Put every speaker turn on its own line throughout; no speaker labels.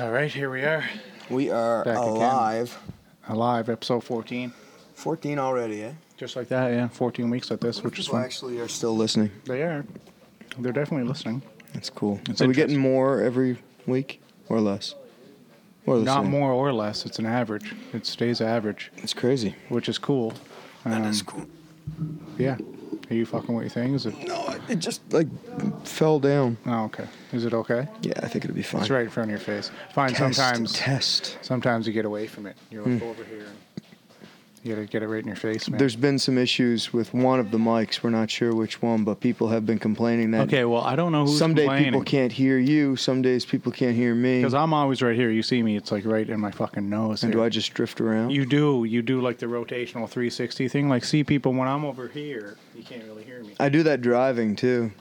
All right, here we are.
We are
Back again.
alive.
Alive, episode 14.
14 already, eh?
Just like that, yeah. 14 weeks like this, which is
People
fun.
actually are still listening.
They are. They're definitely listening.
That's cool.
It's
are we
interesting.
getting more every week or less? Or the
Not
same?
more or less. It's an average. It stays average,
It's crazy.
which is cool. Um,
cool.
Yeah. Are you fucking with your thing? Is it?
No, it just like fell down.
Oh, okay. Is it okay?
Yeah, I think it'll be fine.
It's right in front of your face. Fine.
Test,
sometimes,
test.
sometimes you get away from it. You're like over here. And you gotta get it right in your face, man.
There's been some issues with one of the mics. We're not sure which one, but people have been complaining that
okay. Well, I don't know who's
someday people
complaining.
can't hear you. Some days people can't hear me.
Because I'm always right here. You see me? It's like right in my fucking nose.
and
here.
do I just drift around?
You do. You do like the rotational 360 thing. Like, see people when I'm over here, you can't really hear me.
I do that driving too.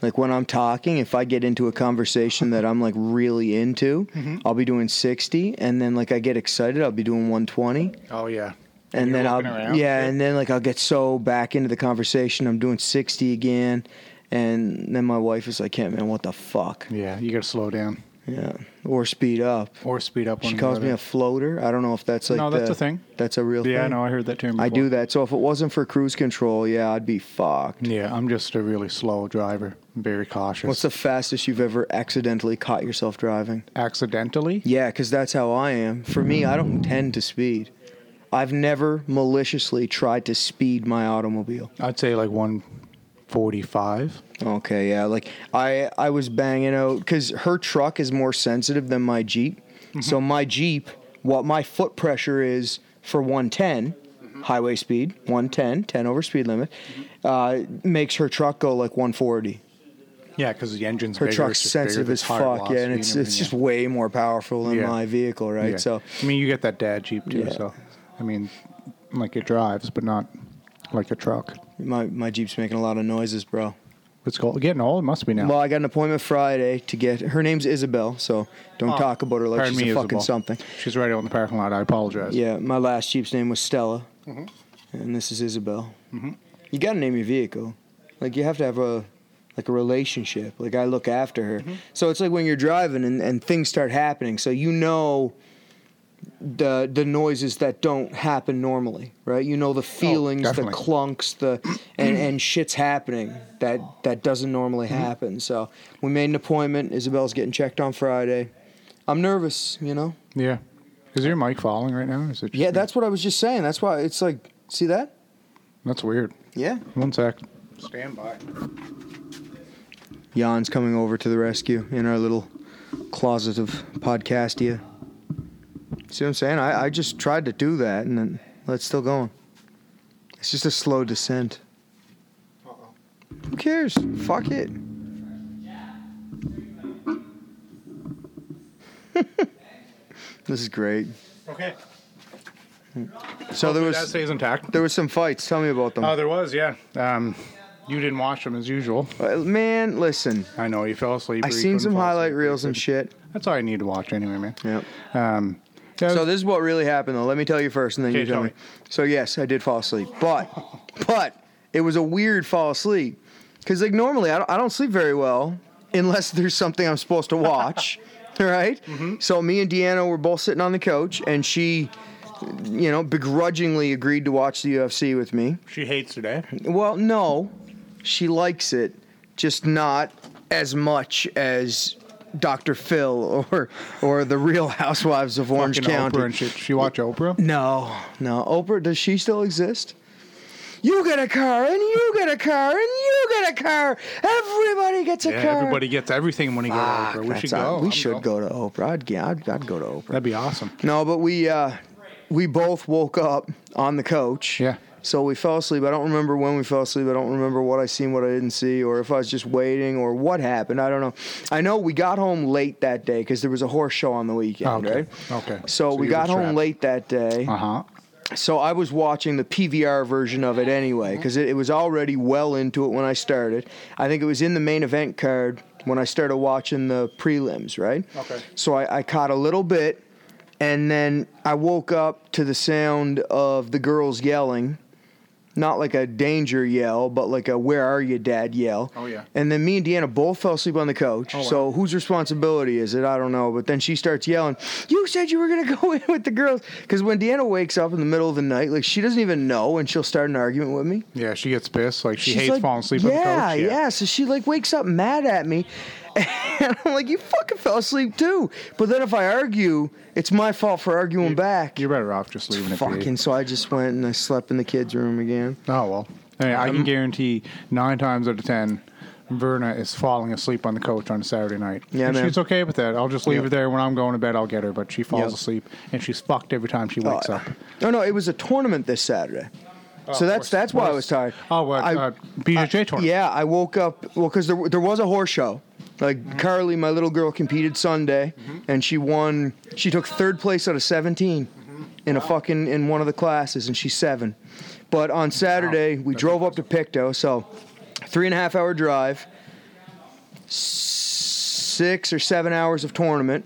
Like when I'm talking, if I get into a conversation that I'm like really into,
Mm-hmm.
I'll be doing 60 and then like I get excited, I'll be doing 120 and,
Oh yeah. you're
then I'll
looking around.
yeah, and then like I'll get so back into the conversation, I'm doing 60 again and then my wife is like, "Hey man, what the fuck?"
Yeah, you gotta slow down
Yeah, or speed up.
or speed up.
She calls me a floater. I don't know if that's like
No, that's
the,
a thing.
That's a real
Yeah,
thing.
no, I heard that term.
I do
before.
that. So if it wasn't for cruise control, yeah, I'd be fucked.
Yeah, I'm just a really slow driver. I'm very cautious.
What's the fastest you've ever accidentally caught yourself driving?
accidentally?
Yeah, because that's how I am. For me, I don't tend to speed. I've never maliciously tried to speed my automobile.
I'd say like 145.
Okay, yeah, like I I was banging out because her truck is more sensitive than my Jeep. So my Jeep, what my foot pressure is for 110 highway speed, 110, 10 over speed limit, uh, makes her truck go like 140.
Yeah, because the engine's
her
bigger,
truck's
it's just bigger,
sensitive
there's
as
higher
fuck, yeah, and
velocity
it's it's
everything,
just way more powerful than
Yeah.
my vehicle,
yeah.
right?
Yeah.
So
I mean, you get that dad jeep too.
Yeah.
So, I mean, like it drives, but not like a truck.
my my Jeep's making a lot of noises, bro.
It's called getting old. It must be now.
Well, I got an appointment Friday to get her name's Isabel, so don't
Oh,
talk about her like
pardon
she's
me,
a fucking
Isabel.
something.
She's right out in the parking lot. I apologize.
Yeah, my last Jeep's name was Stella, and this is Isabel. You got to name your vehicle. Like you have to have a like a relationship. Like I look after her, so it's like when you're driving and, and things start happening, so you know the the noises that don't happen normally, right? You know the feelings, the
definitely.
clunks, the and, and shit's happening that that doesn't normally happen. So we made an appointment. Isabel's getting checked on Friday. I'm nervous, you know.
Yeah. Is your mic falling right now? Is it? just
Yeah,
me?
that's what I was just saying. That's why it's like, see that?
that's weird.
Yeah.
One sec. Stand by.
Jan's coming over to the rescue in our little closet of podcastia. See what I'm saying? I, I just tried to do that, and then well, it's still going. It's just a slow descent. Who cares? Fuck it. this is great.
Okay.
So there
that
was
stays intact.
there was some fights. Tell me about them.
Oh, there was. Yeah. Um, you didn't watch them as usual.
Uh, Man, listen.
I know you fell asleep.
I
or you
seen
couldn't
some
fall
highlight
asleep.
reels and shit.
That's all I need to watch anyway, man.
Yep.
Um, yeah,
So this is what really happened, though. Let me tell you first, and then
Okay,
you tell,
tell
me.
me.
So yes, I did fall asleep, but but it was a weird fall asleep because like normally I don't, I don't sleep very well unless there's something I'm supposed to watch, right? So me and Deanna were both sitting on the couch, and she, you know, begrudgingly agreed to watch the UFC with me.
she hates today.
Well, no, she likes it, just not as much as Dr. Phil or or the Real Housewives of Orange
Fucking
County.
Oprah and shit. She watch Oprah.
No, no. Oprah, does she still exist? You get a car, and you get a car, and you get a car. Everybody gets a
Yeah,
car.
everybody gets everything when you go to
Fuck,
Oprah. We should
that's
go.
all- We
I'm
should
going.
go to Oprah. I'd, get, I'd, I'd go to Oprah.
That'd be awesome.
No, but we uh, we both woke up on the couch.
Yeah.
So we fell asleep. I don't remember when we fell asleep. I don't remember what I seen, what I didn't see, or if I was just waiting, or what happened. I don't know. I know we got home late that day because there was a horse show on the weekend,
Okay.
right?
Okay.
So,
So
we
you
got
were
home
trapped.
late that day.
Uh huh.
So I was watching the PVR version of it anyway
Mm-hmm.
because it, it was already well into it when I started. I think it was in the main event card when I started watching the prelims, right?
Okay.
So I, I caught a little bit, and then I woke up to the sound of the girls yelling Not like a danger yell, but like a where are you, dad yell.
Oh, yeah.
And then me and Deanna both fell asleep on the couch.
Oh, wow.
So whose responsibility is it? I don't know. But then she starts yelling, You said you were going to go in with the girls. Because when Deanna wakes up in the middle of the night, like she doesn't even know and she'll start an argument with me.
Yeah, she gets pissed. Like she
She's
hates
like,
falling asleep
yeah,
on the couch.
Yeah, So she like wakes up mad at me. And I'm like, you fucking fell asleep too. But then if I argue, it's my fault for arguing back.
You're better off just leaving it. be.
fucking. So I just went and I slept in the kids' room again.
Oh well. Hey, I can guarantee nine times out of ten, Verna is falling asleep on the couch on a Saturday night.
Yeah,
and
man.
she's okay with that. I'll just leave
Yep.
her there when I'm going to bed. I'll get her, but she falls
Yep.
asleep and she's fucked every time she wakes
Oh,
up.
No, no, it was a tournament this Saturday. so that's
horse-
that's why I
horse-
was tired.
Oh, what,
I-
uh, BJJ tournament.
Yeah, I woke up well because there there was a horse show. Like
Mm-hmm.
Carly, my little girl, competed Sunday, and she won. She took third place out of 17
Mm-hmm.
in a fucking in one of the classes, and she's seven. But on Saturday, we drove up to Pictou, so three and a half hour drive, six or seven hours of tournament.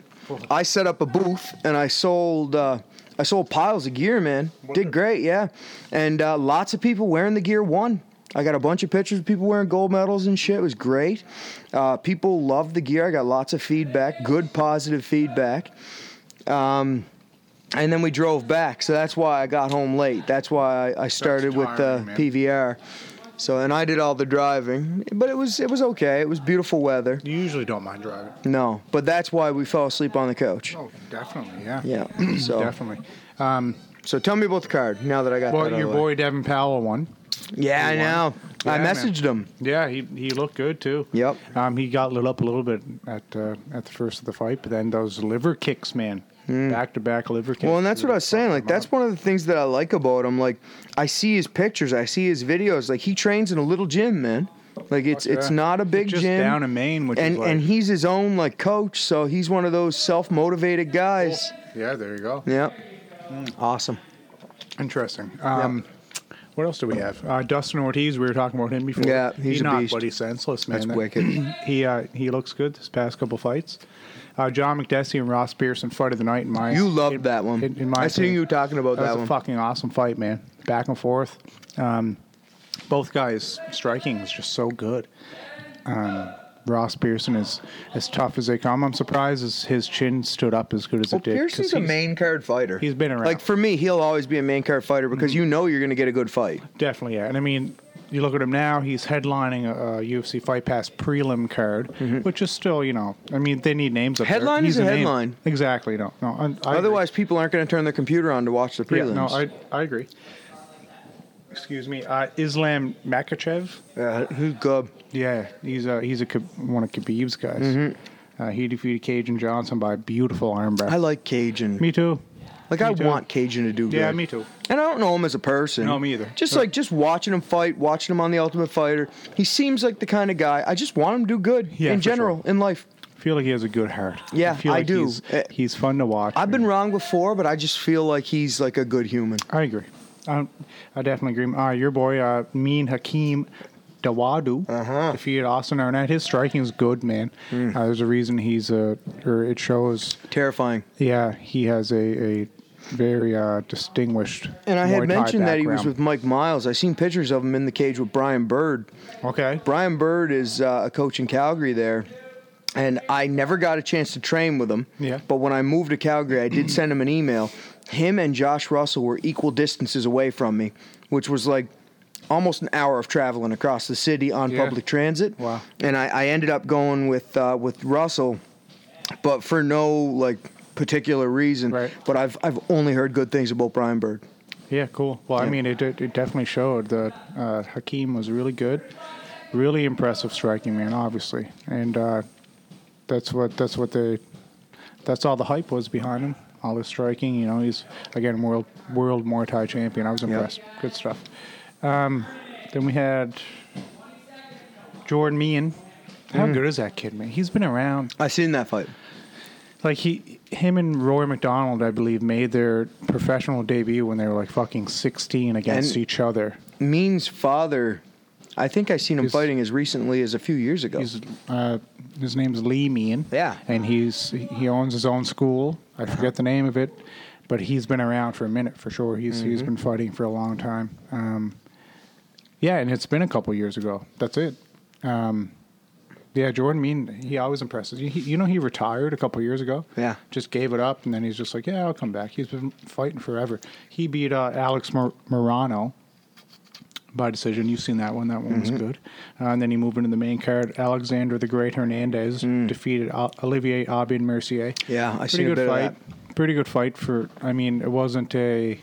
I set up a booth and I sold uh, I sold piles of gear, man. Did great, yeah. And uh, lots of people wearing the gear won. I got a bunch of pictures of people wearing gold medals and shit. It was great. Uh, people loved the gear. I got lots of feedback, good positive feedback. Um, and then we drove back, so that's why I got home late. That's why I, I started with
tiring,
uh,
man.
PVR. So and I did all the driving, but it was it was okay. It was beautiful weather.
You usually don't mind driving.
No, but that's why we fell asleep on the couch.
Oh, definitely. Yeah.
Yeah. So
Definitely.
so tell me about the card now that I got
Well,
that. out
your
of the way.
boy Devin Powell won.
Yeah, I
he won.
know. I
Yeah, man.
messaged him.
Yeah, he, he looked good too.
Yep.
Um, he got lit up a little bit at uh, at the first of the fight, but then those liver kicks, man, back to back liver kicks.
Mm. Well, and that's what I was saying. Like that's one of the things that I like about him. Like I see his pictures, I see his videos. Like he trains in a little gym, man. Like it's it's
yeah.
not a big
just
gym.
down in Maine, which
and
is like,
and he's his own like coach, so he's one of those self motivated guys.
yeah, there you go.
Yeah. Awesome.
Interesting. Um, What else do we have? Uh, Dustin Ortiz. We were talking about him before.
Yeah, he's
he
a
knocked,
beast.
but he's senseless, man.
That's
That-
wicked.
he uh, he looks good this past couple fights. Uh, John McDessie and Ross Pearson fight of the night. In my
You
in-
loved that one.
In, in my
Um, I see
opinion.
you talking about
That,
that,
was
one.
a fucking awesome fight, man. Back and forth. Um, both guys striking is just so good. Um, Ross Pearson is as tough as they come. I'm surprised his, his chin stood up as good as
Well,
it did. 'cause
Pearson's a
he's-
main card fighter.
he's been around. Mm-hmm.
Like for me, he'll always be a main card fighter because you know you're going to get a good fight.
Definitely, yeah. And I mean, you look at him now, he's headlining a, a UFC Fight Pass prelim card, which is still, you know, I mean, they need names up there.
Mm-hmm. Headline is
He's
a
name.
headline.
Exactly, no. no I- I agree.
Otherwise, people aren't going to turn their computer on to watch the
Yeah,
prelims.
no, I, I agree. Excuse me, uh, Islam Makachev.
Yeah, he's good.
Yeah, he's a, he's a K- one of Khabib's guys. Uh, he defeated Cajun Johnson by a beautiful armbar.
Mm-hmm. I like Cajun.
me too.
like
me
I
too.
want Cajun to do good.
Yeah, me too.
And I don't know him as a person.
No, me either.
Just
No.
like just watching him fight, watching him on the Ultimate Fighter, he seems like the kind of guy I just want him to do good
Yeah,
in
for sure.
general in life.
I feel like he has a good heart.
Yeah,
I, feel
I
like
do.
He's,
Uh,
he's fun to watch.
I've been wrong before, but I just feel like he's like a good human.
I agree. I, I definitely agree. Uh, your boy, uh, Mean Hakeem Dawadu,
Uh-huh. Mm.
defeated Austin Arnett. His striking is good, man. Uh, there's a reason he's a, or it shows.
Terrifying.
Yeah, he has a, a very uh, distinguished.
And I had
Muay Thai
mentioned that he was with
background.
Mike Miles. I seen pictures of him in the cage with Brian Bird.
Okay.
Brian Bird is uh, a coach in Calgary there, and I never got a chance to train with him.
Yeah.
But when I moved to Calgary, I did send him an email. Him and Josh Russell were equal distances away from me, which was like almost an hour of traveling across the city on
Yeah.
public transit.
Wow.
And I, I ended up going with uh, with Russell, but for no like particular reason.
Right.
But I've I've only heard good things about Brian Bird.
Yeah, cool. Well, I
Yeah.
mean, it, it it definitely showed that uh, Hakeem was really good, really impressive striking man, obviously, and uh, that's what that's what they that's all the hype was behind him. All his striking, you know, he's again world world Muay Thai champion. I was impressed. Good stuff. Um, then we had Jordan Meehan.
Mm.
How good is that kid, man? He's been around
I seen that fight.
like he him and Roy McDonald, I believe, made their professional debut when they were like fucking sixteen against
And-
each other.
Mean's father, I think I seen him
He's-
fighting as recently as a few years ago.
He's uh, his name's Lee Mean.
Yeah.
and he's he owns his own school. I forget the name of it,
Mm-hmm.
but he's been around for a minute for sure. He's he's been fighting for a long time. Um, Yeah, and it's been a couple years ago. That's it. Um, yeah, Jordan Mean, he always impresses. You, he, you know, he retired a couple years ago.
Yeah.
Just gave it up, and then he's just like, yeah, I'll come back. He's been fighting forever. He beat uh, Alex Mor- Morano by decision. You've seen that one. That one was
Mm-hmm.
good. Uh, and then he moved into the main card. Alexander the Great Hernandez defeated Al- Olivier Aubin Mercier.
Mm. Yeah, I
Pretty
seen a
good
bit of
fight. Pretty good fight for. I mean, it wasn't a.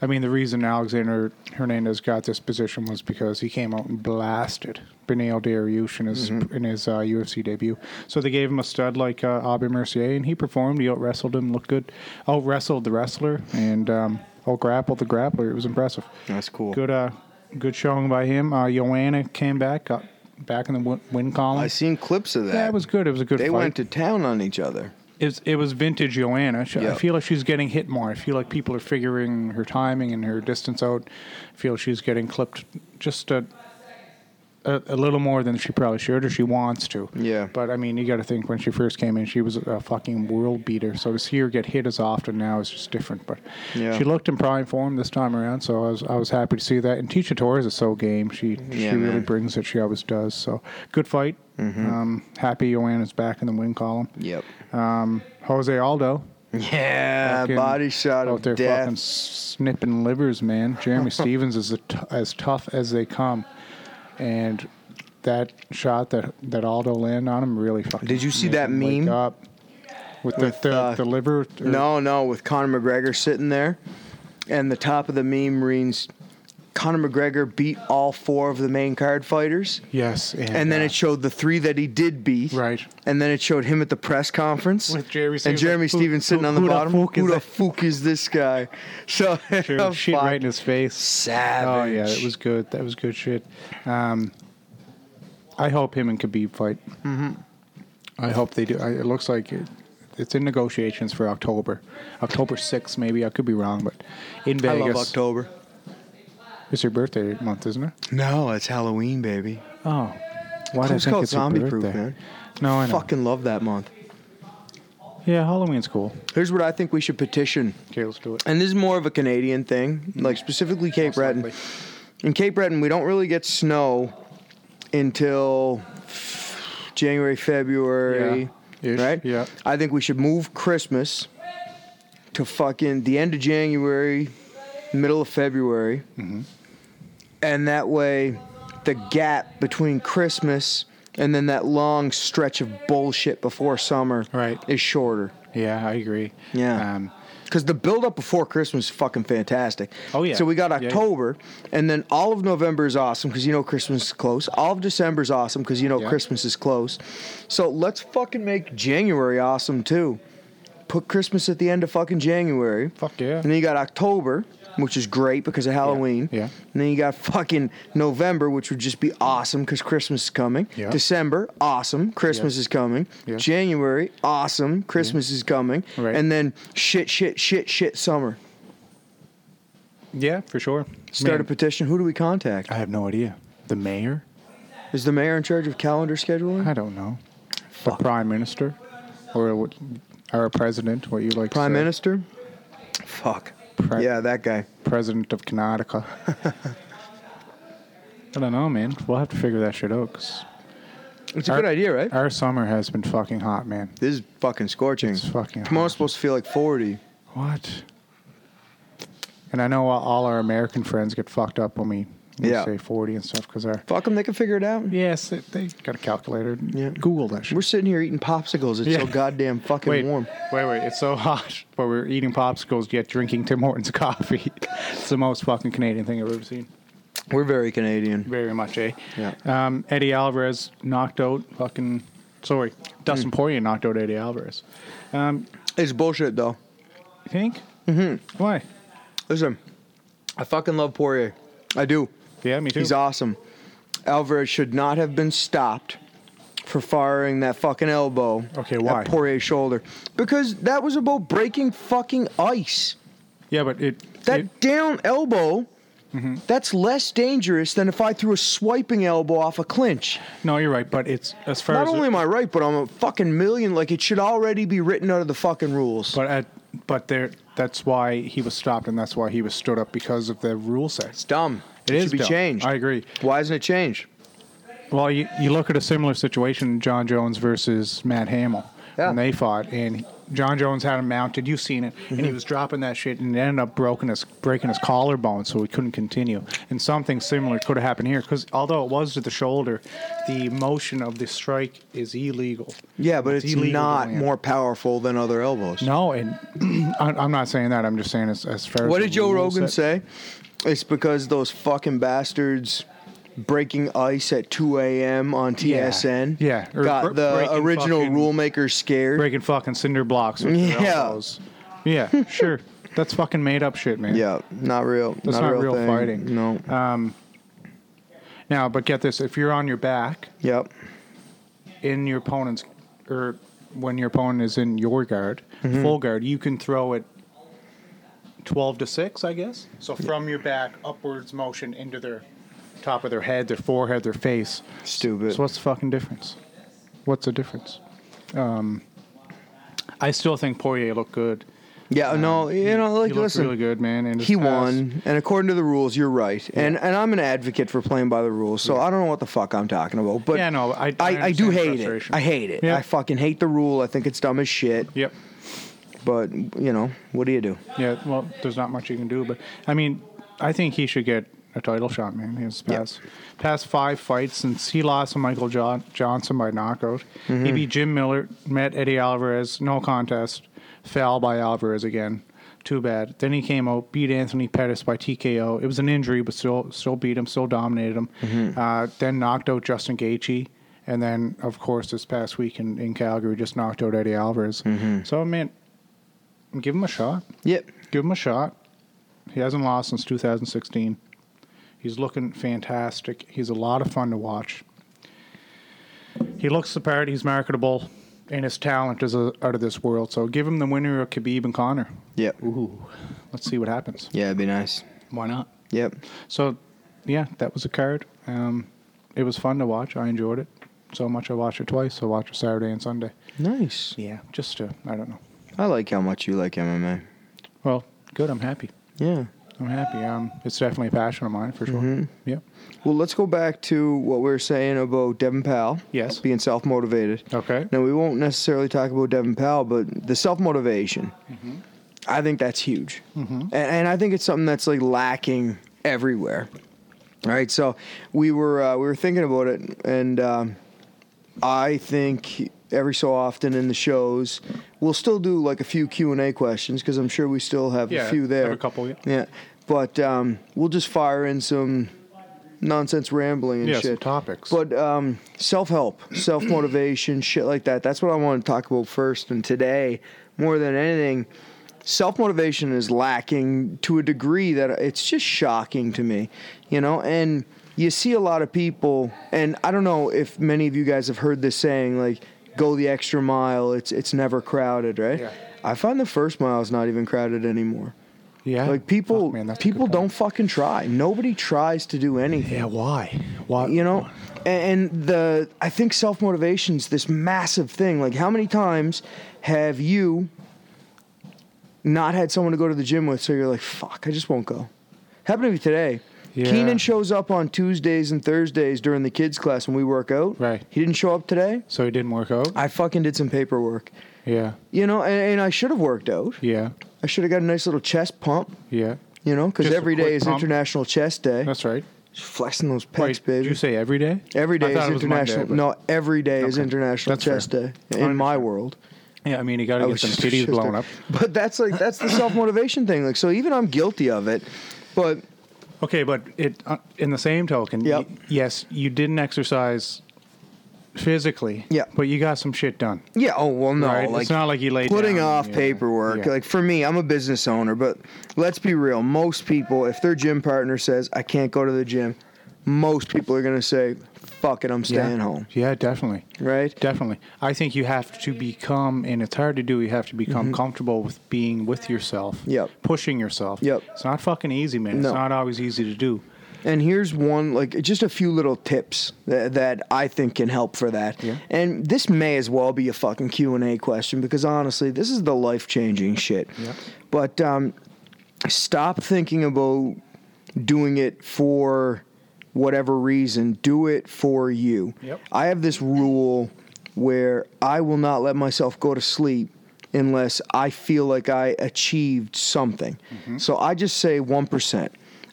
I mean, the reason Alexander Hernandez got this position was because he came out and blasted Benil Dariush in his
Mm-hmm.
in his uh, UFC debut. So they gave him a stud like uh, Aubin Mercier, and he performed. He out wrestled him, looked good, out wrestled the wrestler, and um, out grappled the grappler. It was impressive.
That's cool.
Good, uh, good showing by him. Uh, Joanna came back, got back in the win, win column.
I seen clips of that.
Yeah, it was good. It was a good
They
fight.
went to town on each other.
It was, it was vintage Joanna. She, I
Yeah.
feel like she's getting hit more. I feel like people are figuring her timing and her distance out. I feel she's getting clipped just a, a, a little more than she probably should or she wants to.
Yeah.
But I mean, you got to think when she first came in, she was a fucking world beater. So to see her get hit as often now is just different. But
Yeah.
she looked in prime form this time around, so I was I was happy to see that. And Tisha Torres is so game. She she
Yeah,
really
man. Mm-hmm.
brings it. She always does. So good fight. Um, happy Joanna's back in the win column.
Yep.
Um, Jose Aldo.
Yeah,
fucking
body shot
out
of
there fucking
death.
snipping livers, man. Jeremy Stevens is a t- as tough as they come, and that shot that that Aldo landed on him really fucking.
Did you see
made
that
him wake
meme?
up with,
With,
the the,
uh,
the liver? or-
No, no, with Conor McGregor sitting there, and the top of the meme reads, "Conor McGregor beat all four of the main card fighters."
Yes, and,
And then
uh,
it showed the three that he did beat.
Right.
And then it showed him at the press conference.
With Jeremy
And
Stevens,
Jeremy
like, who-
Stevens sitting
who-
on the
who the
bottom.
fuck is
who the
that?"
fuck is this guy? So
Dude, shit right in his face.
Savage.
Oh yeah, it was good. That was good shit. Um, I hope him and Khabib fight. Mm-hmm. I hope they do. I, it looks like it, it's in negotiations for October, October sixth maybe. I could be wrong, but in
I
Vegas,
love October.
it's your birthday month, isn't it?
No, it's Halloween, baby.
Oh, why
It's called zombie proof,
birthday?
man.
No, I know.
Fucking love that month.
Yeah, Halloween's cool.
Here's what I think we should petition.
Okay, let's do it.
And this is more of a Canadian thing, like specifically Cape Breton.
likely.
In Cape Breton, we don't really get snow until January, February,
Yeah. Ish,
right?
yeah.
I think we should move Christmas to fucking the end of January, middle of February,
Mm-hmm.
and that way, the gap between Christmas and then that long stretch of bullshit before summer
Right.
is shorter.
Yeah, I agree.
Yeah.
Um,
Because the build up before Christmas is fucking fantastic.
Oh, yeah.
So we got
Yeah, yeah.
October, and then all of November is awesome because you know Christmas is close. All of December is awesome because you know
Yeah.
Christmas is close. So let's fucking make January awesome too. Put Christmas at the end of fucking January.
Fuck yeah.
And then you got October, which is great because of Halloween.
yeah.
And then you got fucking November, which would just be awesome because Christmas is coming.
Yeah.
December, awesome. Christmas
Yeah.
is coming.
Yeah.
January, awesome. Christmas is coming.
Right.
And then shit, shit, shit, shit, summer.
yeah, for sure.
Start a
Man,
petition. Who do we contact?
I have no idea. The mayor?
Is the mayor in charge of calendar scheduling?
I don't know. The prime minister, or what, our president, what you like? to
Prime
say.
Minister? Fuck.
Pri-
yeah, that guy.
president of Connecticut. I don't know, man. We'll have to figure that shit out. 'cause
It's a
Our-
good idea, right?
our summer has been fucking hot, man.
this is fucking scorching.
It's fucking hot.
Tomorrow's supposed to feel like 40.
What? And I know all- all our American friends get fucked up when we, we
Yeah.
say forty and stuff because our
Fuck them, they can figure it out.
yes, they, they got a calculator.
Yeah.
Google that shit.
We're sitting here eating popsicles. It's
Yeah.
so goddamn fucking
wait,
warm.
Wait, wait. It's so hot, but we're eating popsicles yet drinking Tim Hortons coffee. it's the most fucking Canadian thing I've ever seen.
We're very Canadian.
Very much, eh?
Yeah.
Um, Eddie Alvarez knocked out fucking. Sorry,
Hmm.
Dustin Poirier knocked out Eddie Alvarez. Um,
It's bullshit though.
you think? Mm-hmm. Why?
Listen, I fucking love Poirier. I do.
Yeah, me too.
He's awesome. Alvarez should not have been stopped for firing that fucking elbow
Okay,
at
why?
Poirier's shoulder because that was about breaking fucking ice.
Yeah, but it.
That
it-
down elbow.
Mm-hmm.
That's less dangerous than if I threw a swiping elbow off a clinch.
no, you're right, but it's as far
Not
as.
only am I right, but I'm a fucking million. Like it should already be written out of the fucking rules.
but at but there that's why he was stopped and that's why he was stood up because of the rule set.
It's dumb.
It is
should be
dumb.
changed.
I agree.
Why isn't it changed?
Well, you, you look at a similar situation, John Jones versus Matt Hamill,
Yeah.
when they fought, and John Jones had him mounted. You've seen it, and
Mm-hmm.
he was dropping that shit, and it ended up broken his breaking his collarbone, so he couldn't continue. And something similar could have happened here, because although it was to the shoulder, the motion of the strike is illegal.
Yeah, but it's,
illegal to
not
land.
more powerful than other elbows.
No, and I- I'm not saying that. I'm just saying as, as far as
What
the
did Joe
rule
Rogan
set-
say? It's because those fucking bastards breaking ice at 2 a.m. on TSN
Yeah, or
got
bre-
the
breaking
original
fucking-
rule maker scared.
breaking fucking cinder blocks with your
Yeah.
elbows. Yeah, sure. That's fucking made up shit, man.
Yeah, not real.
That's
not,
not
a
real
real, thing.
fighting. Uh,
No.
Now, but get this: if you're on your back
yep.
in your opponent's, or when your opponent is in your guard,
Mm-hmm.
full guard, you can throw it twelve to six, I guess. So from your back, upwards motion into their top of their head, their forehead, their face.
Stupid.
So what's the fucking difference? What's the difference? Um, I still think Poirier looked good.
yeah, no, you know, like,
um, he looked
listen.
really good, man. And his
he
pass-
won, and according to the rules, you're right. And and I'm an advocate for playing by the rules, so I don't know what the fuck I'm talking about. But
Yeah, no, I- I
I, do
understand
hate it.
frustration.
I hate it.
Yeah.
I fucking hate the rule. I think it's dumb as shit.
Yep.
But you know, what do you do?
Yeah, well, there's not much you can do, but I mean, I think he should get a title shot, man. His
Yeah.
past past five fights since he lost to Michael John- Johnson by knockout, he beat Jim Miller, met Eddie Alvarez, no contest, fell by Alvarez again. Too bad. Then he came out, beat Anthony Pettis by TKO. It was an injury, but still still beat him, still dominated him. Uh, then knocked out Justin Gaethje. And then, of course, this past week in, in Calgary, just knocked out Eddie Alvarez. So, I mean, give him a shot
Yep.
give him a shot. He hasn't lost since 2016. He's looking fantastic. He's a lot of fun to watch. He looks the part. He's marketable, and his talent is uh, out of this world. So give him the winner of Khabib and Connor.
Yep.
Ooh, let's see what happens.
Yeah, it'd be nice.
Why not?
Yep.
So, yeah, that was a card. Um, it was fun to watch. I enjoyed it so much. I watched it twice. I watched it Saturday and Sunday.
Nice.
Yeah, just to I don't know.
I like how much you like MMA.
Well, good. I'm happy.
Yeah.
I'm happy. Um, it's definitely a passion of mine for sure.
Mm-hmm.
Yep.
Well, let's go back to what we were saying about Devin Powell.
Yes.
Being self motivated.
Okay.
Now, we won't necessarily talk about Devin Powell, but the self motivation,
Mm-hmm.
I think that's huge. And, and I think it's something that's like lacking everywhere. All right. So we were, uh, we were thinking about it, and um, I think every so often in the shows, we'll still do like a few Q&A questions because I'm sure we still have
Yeah,
a few
have
there.
a couple, yeah.
Yeah, but um, we'll just fire in some nonsense rambling and
Yeah, some
shit.
topics.
But um, self help, self motivation, shit like that. That's what I want to talk about first. And today, more than anything, self motivation is lacking to a degree that it's just shocking to me, you know? And you see a lot of people, and I don't know if many of you guys have heard this saying, like, go the extra mile, it's, it's never crowded, right?
Yeah.
I find the first mile is not even crowded anymore.
Yeah.
Like people,
Fuck, man, that's a
people
good point.
don't fucking try. Nobody tries to do anything.
Yeah. Why? Why?
You know, and, and the I think self motivation's this massive thing. Like, how many times have you not had someone to go to the gym with? So you're like, fuck, I just won't go. Happened to me today.
Yeah.
Keenan shows up on Tuesdays and Thursdays during the kids class when we work out.
Right.
He didn't show up today.
So it didn't work out.
I fucking did some paperwork.
Yeah.
You know, and, and I should have worked out.
Yeah.
I should have got a nice little chest pump.
Yeah.
You know, because
Just a
every day
quick
is
pump.
International Chest Day.
That's right.
Just flexing those pecs,
Wait, did
baby.
you say every day?
every
I
day is
thought it was Monday,
international.
but-
no, every day is
Okay.
International
That's
Chest
fair.
Day
I
in my
understand.
world.
Yeah. I mean, you got to
I
get
was
some
just-
titties
just-
blown up.
But that's like that's the self motivation thing. Like so, even I'm guilty of it. But
Okay, but it uh, in the same token,
Yep.
y- yes, you didn't exercise physically.
Yeah.
But you got some shit done.
yeah, oh well, no,
Right, it's
like
not like you laid
putting
down,
off
yeah,
paperwork.
yeah.
Like for me, I'm a business owner, but let's be real. Most people, if their gym partner says I can't go to the gym, most people are gonna say, "Fuck it, I'm staying
yeah.
home."
Yeah, definitely.
Right?
Definitely. I think you have to become, and it's hard to do, you have to become comfortable with being with yourself,
Mm-hmm. Yep.
pushing yourself.
Yep.
It's not fucking easy, man.
No.
It's not always easy to do.
And here's one, like just a few little tips that, that I think can help for that.
Yeah.
And this may as well be a fucking Q and A question because honestly, this is the life changing shit.
Yeah.
But um, stop thinking about doing it for whatever reason. Do it for you.
Yep.
I have this rule where I will not let myself go to sleep unless I feel like I achieved something.
Mm-hmm.
So I just say 1%.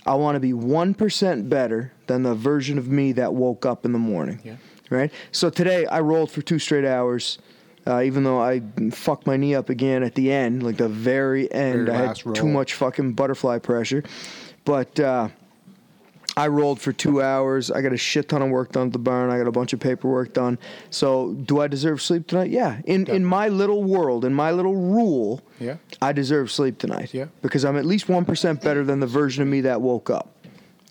I want to be 1% better than the version of me that woke up in the morning.
Yeah.
Right? So today I rolled for two straight hours. Uh, even though I fucked my knee up again at the end, like the very end,
Very
I had
last roll.
too much fucking butterfly pressure. But uh, I rolled for two hours. I got a shit ton of work done at the barn. I got a bunch of paperwork done. So, do I deserve sleep tonight? Yeah. In in my little world, in my little rule,
Yeah.
I deserve sleep tonight.
Yeah.
Because I'm at least one percent better than the version of me that woke up.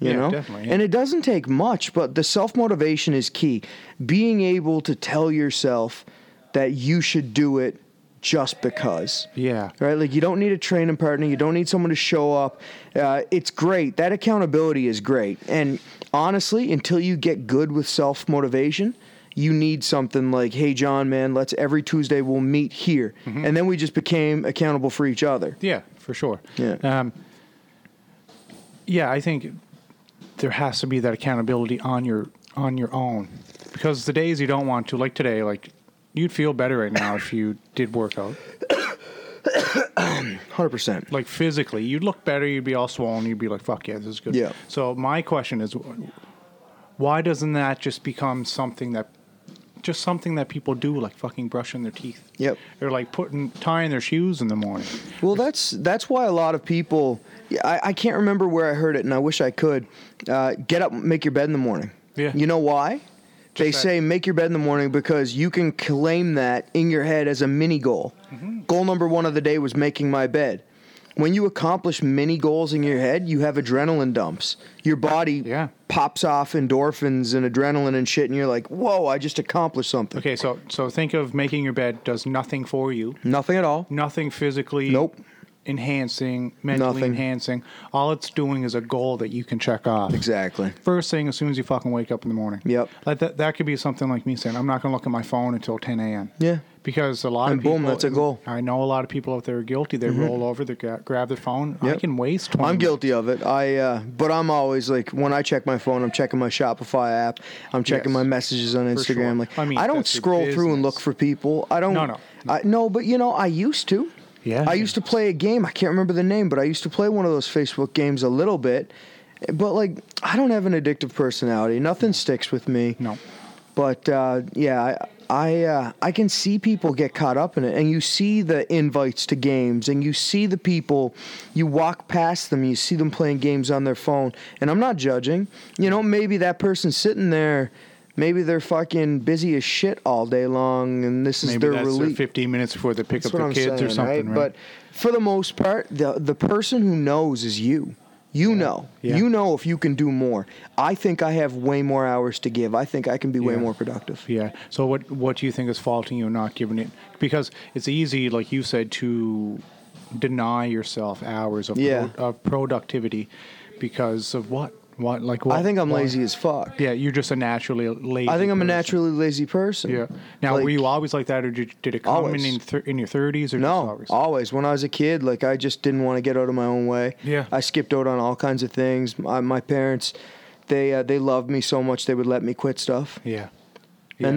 You
Yeah,
know?
definitely, yeah.
And it doesn't take much, but the self motivation is key. Being able to tell yourself that you should do it just because.
Yeah.
Right? Like, you don't need a training partner. You don't need someone to show up. Uh, it's great. That accountability is great. And honestly, until you get good with self motivation, you need something like, hey, John, man, let's every Tuesday we'll meet here. And then we just became accountable for each other.
Yeah, for sure.
Yeah.
Um, yeah, I think there has to be that accountability on your on your own because the days you don't want to, like today, like you'd feel better right now if you did work out.
100%.
Like physically, you'd look better. You'd be all swollen. You'd be like, "Fuck yeah, this is good."
Yeah.
So my question is, why doesn't that just become something that just something that people do, like fucking brushing their teeth?
Yep.
Or like putting tying their shoes in the morning.
Well, that's that's why a lot of people. yeah, I, I can't remember where I heard it, and I wish I could. Uh, get up, make your bed in the morning.
Yeah.
You know why? they
that-
say make your bed in the morning because you can claim that in your head as a mini goal.
Mm-hmm.
Goal number one of the day was making my bed. When you accomplish mini goals in your head, you have adrenaline dumps. Your body
Yeah.
pops off endorphins and adrenaline and shit, and you're like, "Whoa, I just accomplished something."
Okay, so so think of making your bed does nothing for you.
Nothing at all.
nothing physically
Nope.
enhancing mentally
Nothing.
enhancing all it's doing is a goal that you can check off
Exactly.
first thing as soon as you fucking wake up in the morning
Yep.
like that, that could be something like me saying i'm not going to look at my phone until 10 a.m
Yeah.
because a lot
And
of people
boom, that's a goal. Mm-hmm.
i know a lot of people out there are guilty they roll over they gra- grab their phone i
Yep.
can waste 20
I'm guilty of it. I uh, but I'm always like when I check my phone, I'm checking my Shopify app, I'm checking
Yes.
my messages on
For
Instagram.
sure.
Like
I
I
mean,
don't
that's your
scroll through and
business.
look for people. I don't.
No, no.
I, no, but you know, I used to.
Yeah.
I used to play a game. I can't remember the name, but I used to play one of those Facebook games a little bit. But like, I don't have an addictive personality. Nothing sticks with me.
no
But uh, yeah, I I, uh, I can see people get caught up in it, and you see the invites to games, and you see the people. You walk past them, you see them playing games on their phone, and I'm not judging. You know, maybe that person's sitting there. Maybe they're fucking busy as shit all day long, and this is
maybe
their
that's
relief.
their 15 minutes before they pick
That's
up
what
their
I'm
kids or
saying,
something right,
But for the most part, the the person who knows is you. You know.
Yeah.
You know if you can do more. I think I have way more hours to give. I think I can be way
Yeah.
more productive.
Yeah. So what what do you think is faulting you and not giving it? Because it's easy, like you said, to deny yourself hours of
Yeah.
pro- of productivity because of what what like what
I think I'm
why-
lazy as fuck.
Yeah, you're just a naturally lazy.
I think I'm a
person.
naturally lazy person.
Yeah. Now,
Like,
were you always like that, or did, did it come
Always.
in in, thir- in your 30s or
No,
just
always.
always?
When I was a kid, like I just didn't want to get out of my own way.
Yeah.
I skipped out on all kinds of things. My, my parents, they uh, they loved me so much they would let me quit stuff,
yeah.
and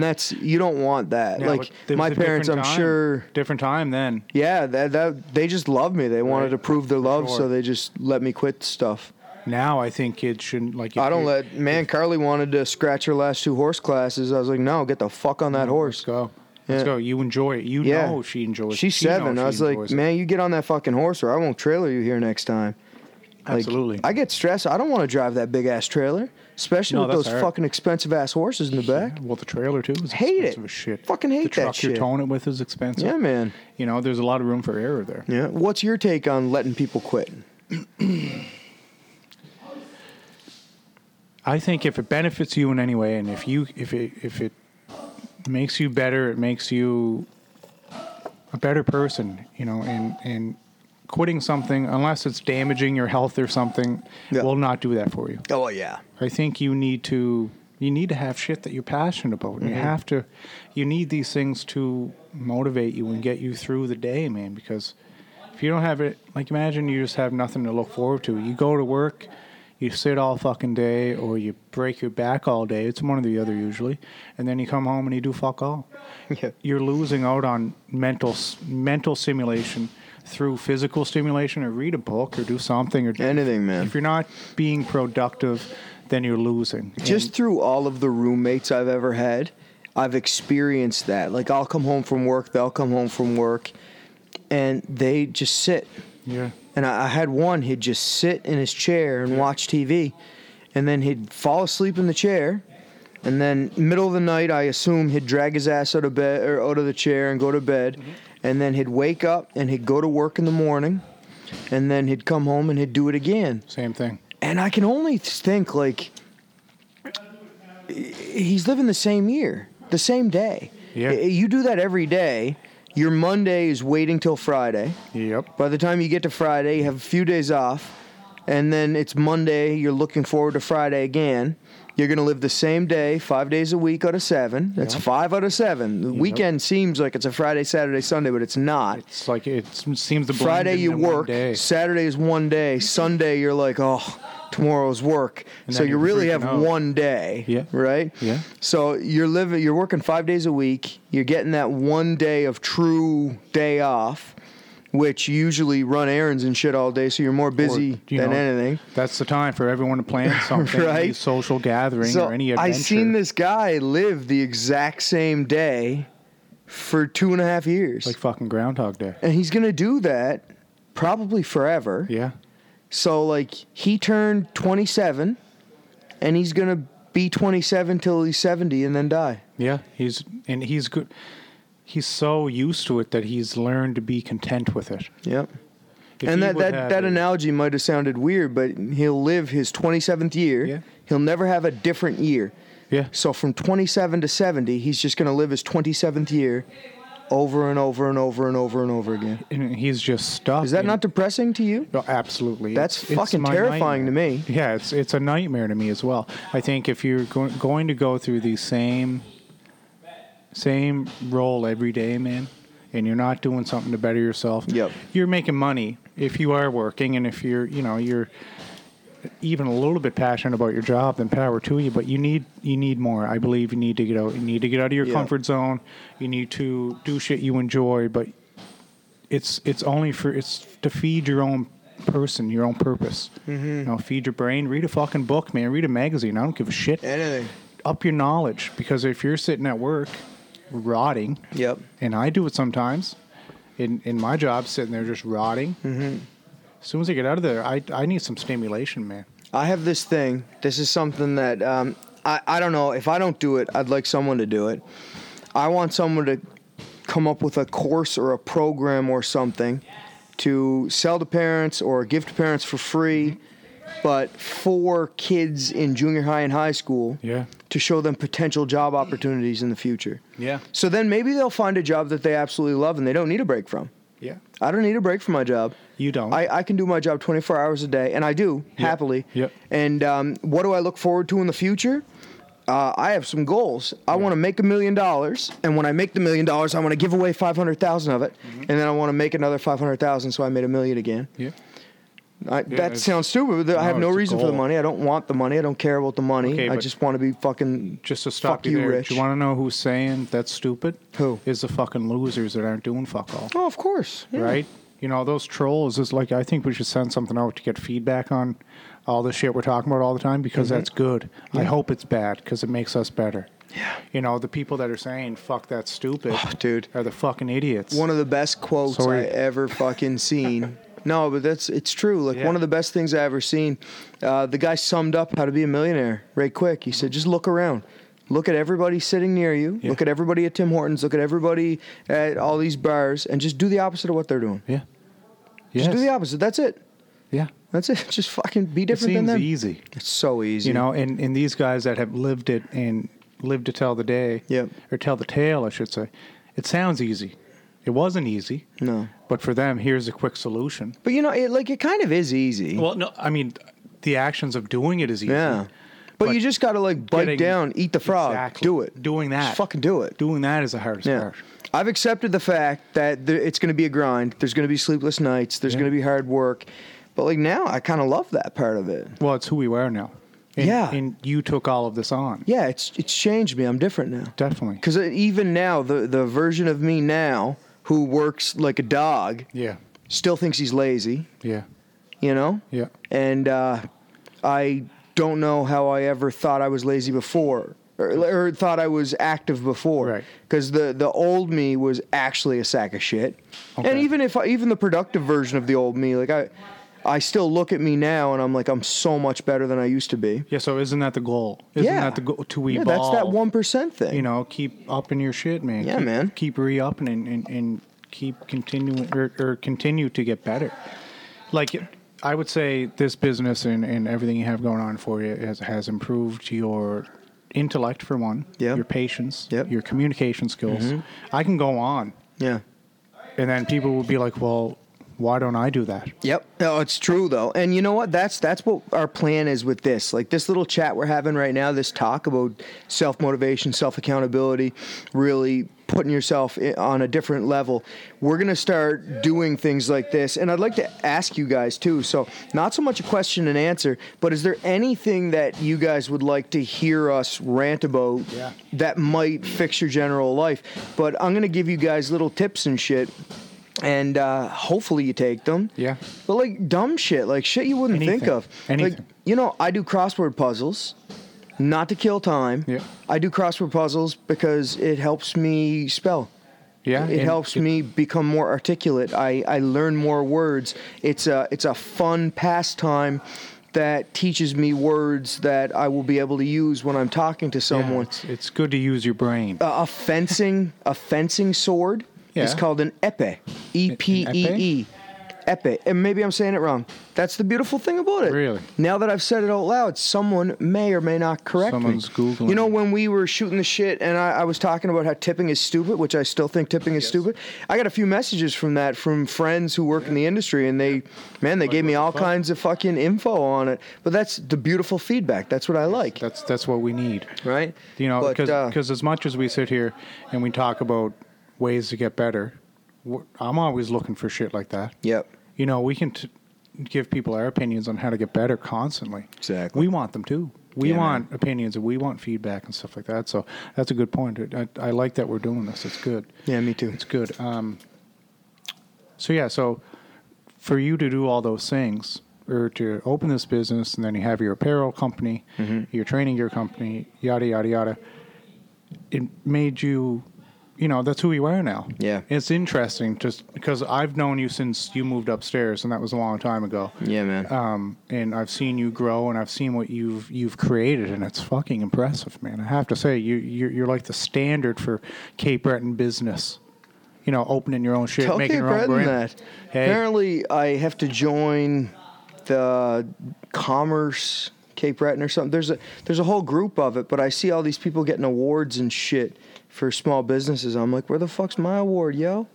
Yeah.
that's you don't want that.
Now,
like
but there was
my
a
parents, I'm
different time-
sure.
different time then.
Yeah, that, that they just loved me. They wanted
Right.
to prove their love,
sure.
so they just let me quit stuff.
Now I think kids shouldn't like. if
I don't
you're-
let man. Carly wanted to scratch her last two horse classes. I was like, no, get the fuck on that horse.
Let's go. Let's
Yeah.
go. You enjoy it. You
Yeah.
know she enjoys.
She's
she knows
seven.
she
I was like,
enjoys it.
man, you get on that fucking horse, or I won't trailer you here next time. Like,
Absolutely.
I get stressed. I don't want to drive that big ass trailer, especially
No,
with
that's
those
all right.
fucking expensive ass horses in the back.
Yeah, well, the trailer too is
Hate it.
expensive as shit.
Fucking hate
the
that
truck you're
shit.
towing it with is expensive.
Yeah, man.
You know, there's a lot of room for error there.
Yeah. What's your take on letting people quit?
I think if it benefits you in any way, and if you if it if it makes you better, it makes you a better person. You know, and and quitting something, unless it's damaging your health or something,
Yeah.
will not do that for you.
Oh yeah.
I think you need to you need to have shit that you're passionate about. And You have to you need these things to motivate you and get you through the day, man, because if you don't have it like imagine you just have nothing to look forward to. You go to work, you sit all fucking day or you break your back all day. It's one or the other usually. And then you come home and you do fuck all.
Yeah.
You're losing out on mental s- mental stimulation through physical stimulation or read a book or do something or
Anything, man.
if you're not being productive, then you're losing.
Just through all of the roommates I've ever had, I've experienced that. Like I'll come home from work, they'll come home from work, and they just sit.
And- yeah,
And I, I had one, he'd just sit in his chair and watch TV, and then he'd fall asleep in the chair. And then middle of the night, I assume he'd drag his ass out of bed or out of the chair and go to bed, and then he'd wake up and he'd go to work in the morning, and then he'd come home and he'd do it again
same thing.
and I can only think like he's living the same year, the same day.
Yeah.
You do that every day. Your Monday is waiting till Friday.
Yep.
By the time you get to Friday, you have a few days off, and then it's Monday. You're looking forward to Friday again. You're gonna live the same day, five days a week out of seven. That's
Yep.
five out of seven. The weekend seems like it's a Friday, Saturday, Sunday, but it's not.
It's like it seems to blend
Friday
into
you
one
work.
Day.
Saturday is one day. Sunday you're like, oh, tomorrow's work.
And
so
then
you
you're
really
freaking
have
out.
one day.
Yeah.
Right.
Yeah.
So you're living. You're working five days a week. You're getting that one day of true day off, which you usually run errands and shit all day. So you're more
Or,
busy
you
than
know,
anything.
That's the time for everyone to plan something,
Right.
any social gathering
So
or any adventure.
I seen this guy live the exact same day for two and a half years,
like fucking Groundhog Day.
and he's gonna do that probably forever.
Yeah.
So like he turned 27 and he's going to be 27 till he's 70 and then die.
Yeah, he's and he's good. He's so used to it that he's learned to be content with it.
Yep.
If he
and that
would
that,
have
that
a-
analogy might have sounded weird, but he'll live his 27th year.
Yeah.
He'll never have a different year.
Yeah.
So from 27 to 70, he's just going to live his 27th year over and over and over and over and over again.
And he's just stuck.
Is that
in-
not depressing to you?
Oh, absolutely.
That's fucking
my
terrifying to me.
Yeah, it's it's a nightmare to me as well. I think if you're go- going to go through the same same role every day, man, and you're not doing something to better yourself,
Yep.
you're making money if you are working and if you're, you know, you're even a little bit passionate about your job, then power to you. But you need you need more. I believe you need to get out. You need to get out of your
Yeah.
comfort zone. You need to do shit you enjoy, but it's it's only for it's to feed your own person, your own purpose. Mm-hmm. You know, feed your brain. Read a fucking book, man. Read a magazine. I don't give a shit.
Anything.
Up your knowledge because if you're sitting at work, rotting,
Yep.
and I do it sometimes. In in my job, sitting there just rotting. Mm-hmm. As soon as I get out of there, I I need some stimulation, man.
I have this thing. This is something that um, I, I don't know. If I don't do it, I'd like someone to do it. I want someone to come up with a course or a program or something to sell to parents or give to parents for free, but for kids in junior high and high school
Yeah.
to show them potential job opportunities in the future.
Yeah.
So then maybe they'll find a job that they absolutely love and they don't need a break from.
Yeah.
I don't need a break from my job.
You don't.
I, I can do my job 24 hours a day, and I do happily.
Yep.
And um, what do I look forward to in the future? Uh, I have some goals. I want to make a million dollars, and when I make the million dollars, I want to give away 500,000 of it,
Mm-hmm.
and then I want to make another 500,000, so I made a million again.
yeah.
I, that
it's-
sounds stupid. But I have
no,
no
it's a
reason for the
goal.
money. I don't want the money. I don't care about the money.
Okay,
I
but-
just want to be fucking.
Just to stop
Fuck
you,
you,
there,
Rich.
do you want to know who's saying that's stupid?
Who?
is the fucking losers that aren't doing fuck all, right?
Oh, of course. Yeah.
You know those trolls is like I think we should send something out to get feedback on all the shit we're talking about all the time because
Mm-hmm.
that's good. I hope it's bad because it makes us better. Yeah. You know the people that are saying fuck that's stupid,
Oh, dude.
are the fucking idiots.
One of the best quotes
Sorry.
I ever fucking seen. no, but that's it's true. Like
Yeah.
one of the best things I ever seen. Uh, the guy summed up how to be a millionaire right quick. He said, just look around. Look at everybody sitting near you.
Yeah.
Look at everybody at Tim Hortons. Look at everybody at all these bars, and just do the opposite of what they're doing.
yeah.
Just
Yes.
do the opposite. That's it.
yeah.
That's it. Just fucking be
It
different than
seems
them.
easy.
It's so easy.
you know and, and these guys that have lived it and lived to tell the day
Yep.
or tell the tale i should say it sounds easy It wasn't easy,
No.
but for them, here's a quick solution.
But you know, it like it kind of is easy.
Well, no, I mean, the actions of doing it is easy.
yeah. But,
but
you just gotta like bite
getting-
down, eat the frog,
Exactly.
do it.
Doing that.
Just fucking do it.
Doing that is the hardest
Yeah.
part.
I've accepted the fact that there, it's going to be a grind. There's going to be sleepless nights. There's
Yeah.
going to be hard work. But like now, I kind of love that part of it.
Well, it's who we are now. And,
Yeah.
And you took all of this on.
Yeah, it's it's changed me. I'm different now.
Definitely.
Because even now, the the version of me now who works like a dog
Yeah.
still thinks he's lazy.
Yeah.
You know.
Yeah.
And uh, I don't know how I ever thought I was lazy before. Or, or thought I was active before,
Right.
because the the old me was actually a sack of shit. And
Okay.
even if I, even the productive version of the old me, like I, I still look at me now and I'm like I'm so much better than I used to be.
Yeah. So isn't that the goal? Isn't
yeah,
that the goal to
Yeah,
evolve?
that's that one percent thing.
You know, keep upping your shit, man.
Yeah,
keep,
man.
Keep re upping and, and, and keep continuing or, or continue to get better. Like, I would say this business and, and everything you have going on for you has, has improved your intellect, for one,
Yeah.
your patience,
Yep. Mm-hmm.
your communication skills. I can go on,
Yeah.
and then people will be like, well, why don't I do that?
Yep. No, it's true though. And you know what? That's that's what our plan is with this. Like this little chat we're having right now, this talk about self motivation, self accountability, really putting yourself i- on a different level. We're gonna start doing things like this. And I'd like to ask you guys too. So not so much a question and answer, but is there anything that you guys would like to hear us rant about
Yeah.
that might fix your general life? But I'm gonna give you guys little tips and shit. And uh, hopefully you take them.
Yeah.
But like dumb shit, like shit you wouldn't think
Anything.
of. Like
Anything.
you know, I do crossword puzzles, not to kill time.
Yeah.
I do crossword puzzles because it helps me spell.
Yeah.
It
and
helps
it-
me become more articulate. I, I learn more words. It's a it's a fun pastime that teaches me words that I will be able to use when I'm talking to
yeah,
someone.
it's, it's good to use your brain.
Uh, a fencing a fencing sword is
Yeah.
called an epee. E P E E. Epee. And maybe I'm saying it wrong. That's the beautiful thing about it.
Really?
Now that I've said it out loud, someone may or may not correct
Someone's
me.
Googling.
You know, when we were shooting the shit and I, I was talking about how tipping is stupid, which I still think tipping is stupid, I got a few messages from that from friends who work in the industry and they, man, they gave me
what the
all
fuck?
kinds of fucking info on it. But that's the beautiful feedback. That's what I like.
That's that's what we need.
Right?
You know,
But,
because
uh,
as much as we sit here and we talk about ways to get better, we're- I'm always looking for shit like that.
Yep.
You know, we can t- give people our opinions on how to get better constantly.
Exactly.
We want them too. We
Yeah, man.
want opinions and we want feedback and stuff like that. So that's a good point. I, I like that we're doing this. It's good.
Yeah, me too.
It's good. Um, so yeah, so for you to do all those things, or to open this business, and then you have your apparel company,
Mm-hmm.
your training gear company, yada yada yada. It made you, you know, that's who you are now.
Yeah.
it's interesting just because I've known you since you moved upstairs, and that was a long time ago.
Yeah, man.
Um, and I've seen you grow, and I've seen what you've you've created, and it's fucking impressive, man. I have to say, you you're, you're like the standard for Cape Breton business. You know, opening your own shit,
Tell
making
Kate
your own
Breton
brand.
that.
Hey.
Apparently, I have to join the Commerce Cape Breton or something. There's a there's a whole group of it, but I see all these people getting awards and shit for small businesses. I'm like, where the fuck's my award, yo?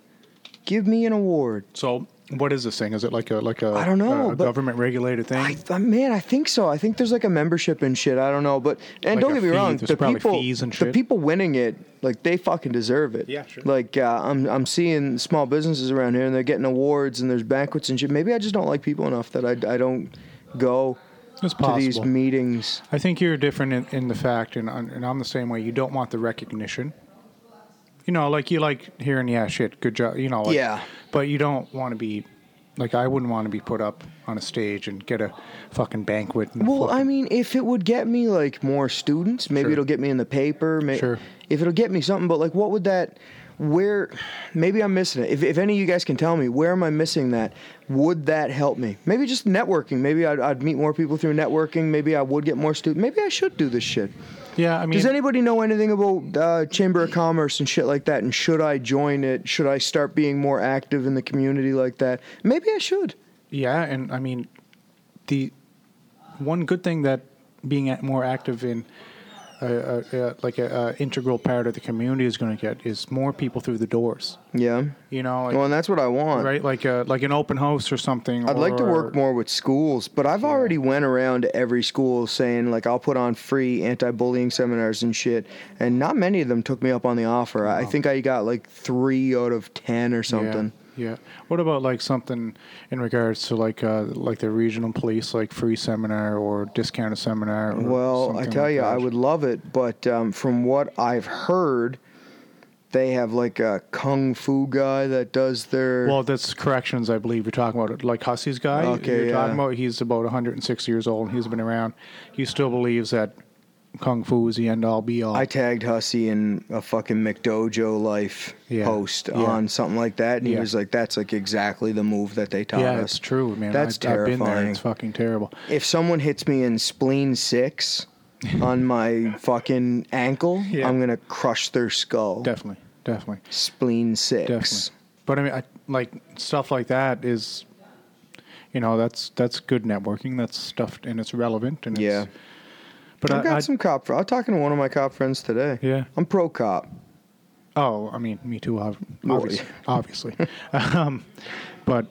Give me an award.
So, what is this thing? Is it like a like a
I don't know,
a
but-
government regulated thing?
I, I man, I think so. I think there's like a membership and shit. I don't know, but and
Like
don't
a
get me
fee,
wrong,
there's
the
probably
people,
fees and
the
shit.
people winning it, like they fucking deserve it.
Yeah, sure.
Like uh, I'm, I'm seeing small businesses around here, and they're getting awards, and there's banquets and shit. Maybe I just don't like people enough that I, I don't go
it's
to these
possible.
meetings.
I think you're different in, in the fact, and I'm- and I'm the same way. You don't want the recognition. You know, like you like hearing, yeah, shit, good job. You know, like,
Yeah.
But you don't want to be, like, I wouldn't want to be put up on a stage and get a fucking banquet. And a
Well,
fucking-
I mean, if it would get me like more students, maybe
Sure.
it'll get me in the paper. May-
Sure.
If it'll get me something, but like, what would that? Where? Maybe I'm missing it. If, if any of you guys can tell me, where am I missing that? Would that help me? Maybe just networking. Maybe I'd, I'd meet more people through networking. Maybe I would get more students. Maybe I should do this shit.
yeah, I mean,
Does anybody know anything about uh, Chamber of Commerce and shit like that? And should I join it? Should I start being more active in the community like that? Maybe I should.
yeah, and I mean, the one good thing that being a- more active in a, a, a, like an integral part of the community is going to get is more people through the doors.
Yeah.
You know, like-
Well, and that's what I want.
right? Like a, like an open house or something.
I'd like to
or-
work more with schools, but I've already went around to every school saying like I'll put on free anti-bullying seminars and shit, and not many of them took me up on the offer. I I think I got like three out of ten or something.
Yeah, yeah. What about like something in regards to like uh, like the regional police, like free seminar or discounted seminar? Or
Well,
Uh,
I
something
tell
like
you, I
that?
would love it, but um, from what I've heard, they have like a kung fu guy that does their.
Well, that's corrections. I believe you're talking about like Hussey's guy.
Okay,
you're talking
yeah.
about he's about 106 years old and he's been around. He still believes that kung fu is the end all be all.
I tagged Hussey in a fucking McDojo life
Yeah.
post
Yeah.
on something like that, and he
Yeah.
was like, "That's like exactly the move that they taught
yeah,
us."
it's true, man.
That's
I, I've been there.
terrifying.
It's fucking terrible.
if someone hits me in spleen six on my fucking ankle,
Yeah.
I'm gonna crush their skull.
Definitely, definitely.
Spleen six.
Definitely. But I mean, I, like stuff like that is, you know, that's that's good networking. That's stuff and it's relevant and
Yeah.
It's, but
I've
I,
got
I-
some cop. Fr- I was talking to one of my cop friends today.
Yeah.
I'm pro cop.
oh, I mean, me too. ob-
Well,
Obviously, obviously. um, but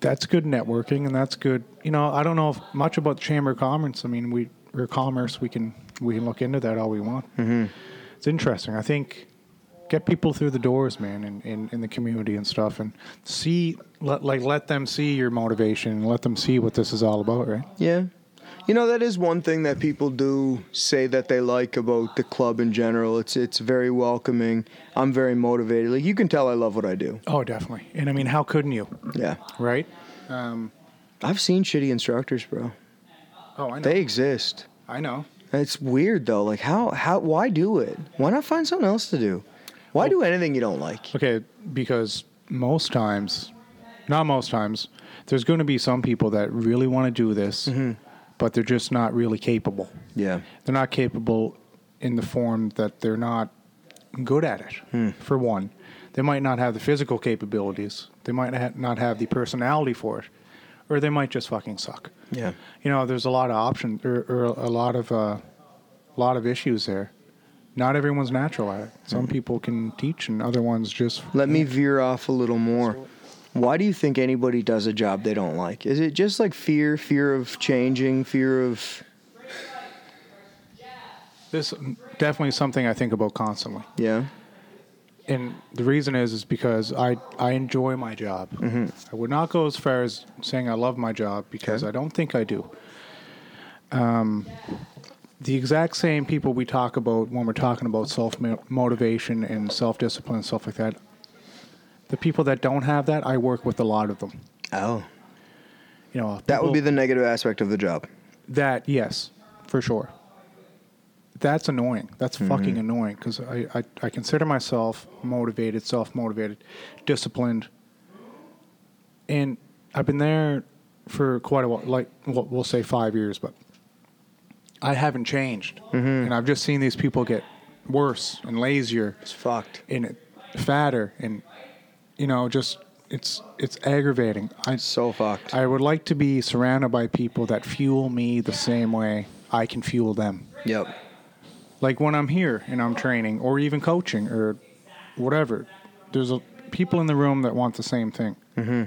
that's good networking and that's good. You know, I don't know if much about chamber of commerce. I mean, we or commerce. We can we can look into that all we want. Mm-hmm. It's interesting. I think get people through the doors, man, in, in, in the community and stuff, and see let like let them see your motivation and let them see what this is all about, right?
Yeah. You know that is one thing that people do say that they like about the club in general. It's it's very welcoming. I'm very motivated. Like you can tell I love what I do.
Oh, definitely. And I mean, how couldn't you,
Yeah.
right?
I've seen shitty instructors, bro.
Oh, I know.
They exist.
I know.
It's weird though. Like how how why do it? Why not find something else to do? Why do anything you don't like?
Okay, because most times, not most times, there's going to be some people that really want to do this, but they're just not really capable.
Yeah.
They're not capable in the form that they're not good at it, for one. They might not have the physical capabilities, they might ha- not have the personality for it, or they might just fucking suck.
Yeah.
You know, there's a lot of options or, or a lot of uh, lot of issues there. Not everyone's natural at it. Some people can teach, and other ones just
Let me veer off a little more. Why do you think anybody does a job they don't like? Is it just like fear, fear of changing, fear of
This definitely something I think about constantly,
yeah?
and the reason is is because I I enjoy my job.
Mm-hmm.
I would not go as far as saying I love my job because
Okay.
I don't think I do. Um, the exact same people we talk about when we're talking about self motivation and self discipline and stuff like that. The people that don't have that, I work with a lot of them.
Oh.
You know,
That would
people-
be the negative aspect of the job.
That yes, for sure. That's annoying. That's fucking annoying because I, I I consider myself motivated, self motivated, disciplined, and I've been there for quite a while. Like well, we'll say five years, but I haven't changed, and I've just seen these people get worse and lazier
It's fucked.
and it- fatter, and you know just it's it's aggravating. I
So fucked.
I would like to be surrounded by people that fuel me the same way I can fuel them.
yep.
Like when I'm here and I'm training or even coaching or whatever, there's a, people in the room that want the same thing. Mm-hmm.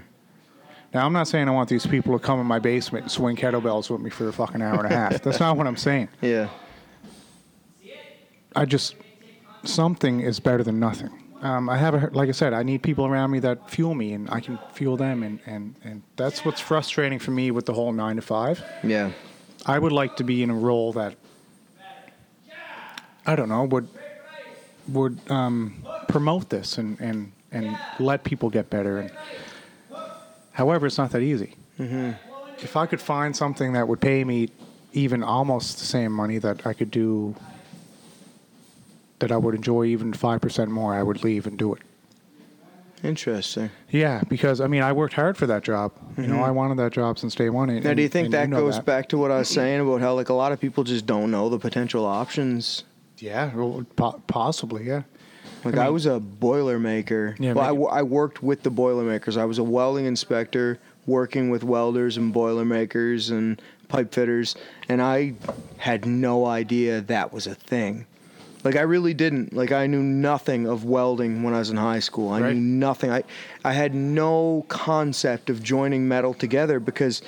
Now, I'm not saying I want these people to come in my basement and swing kettlebells with me for a fucking hour and a half. That's not what I'm saying.
Yeah.
I just, something is better than nothing. Um, I have, a, like I said, I need people around me that fuel me and I can fuel them. And, and, and that's what's frustrating for me with the whole nine to five.
Yeah.
I would like to be in a role that I don't know would would um, promote this and, and and let people get better. And however, it's not that easy. Mm-hmm. If I could find something that would pay me even almost the same money that I could do that I would enjoy even five percent more, I would leave and do it.
Interesting.
Yeah, because I mean, I worked hard for that job. You know, I wanted that job since day one. And,
Mm-hmm. Now, do you think
and
that
know
goes
that.
back to what I was saying about how like a lot of people just don't know the potential options?
Yeah, well, po- possibly. Yeah.
And Like
I
I,
mean-
was a boilermaker.
Yeah,
well, I
make-
wo- I, worked with the boilermakers. I was a welding inspector, working with welders and boilermakers and pipe fitters, and I had no idea that was a thing. Like I really didn't. Like I knew nothing of welding when I was in high school. I
Right.
knew nothing. I I had no concept of joining metal together because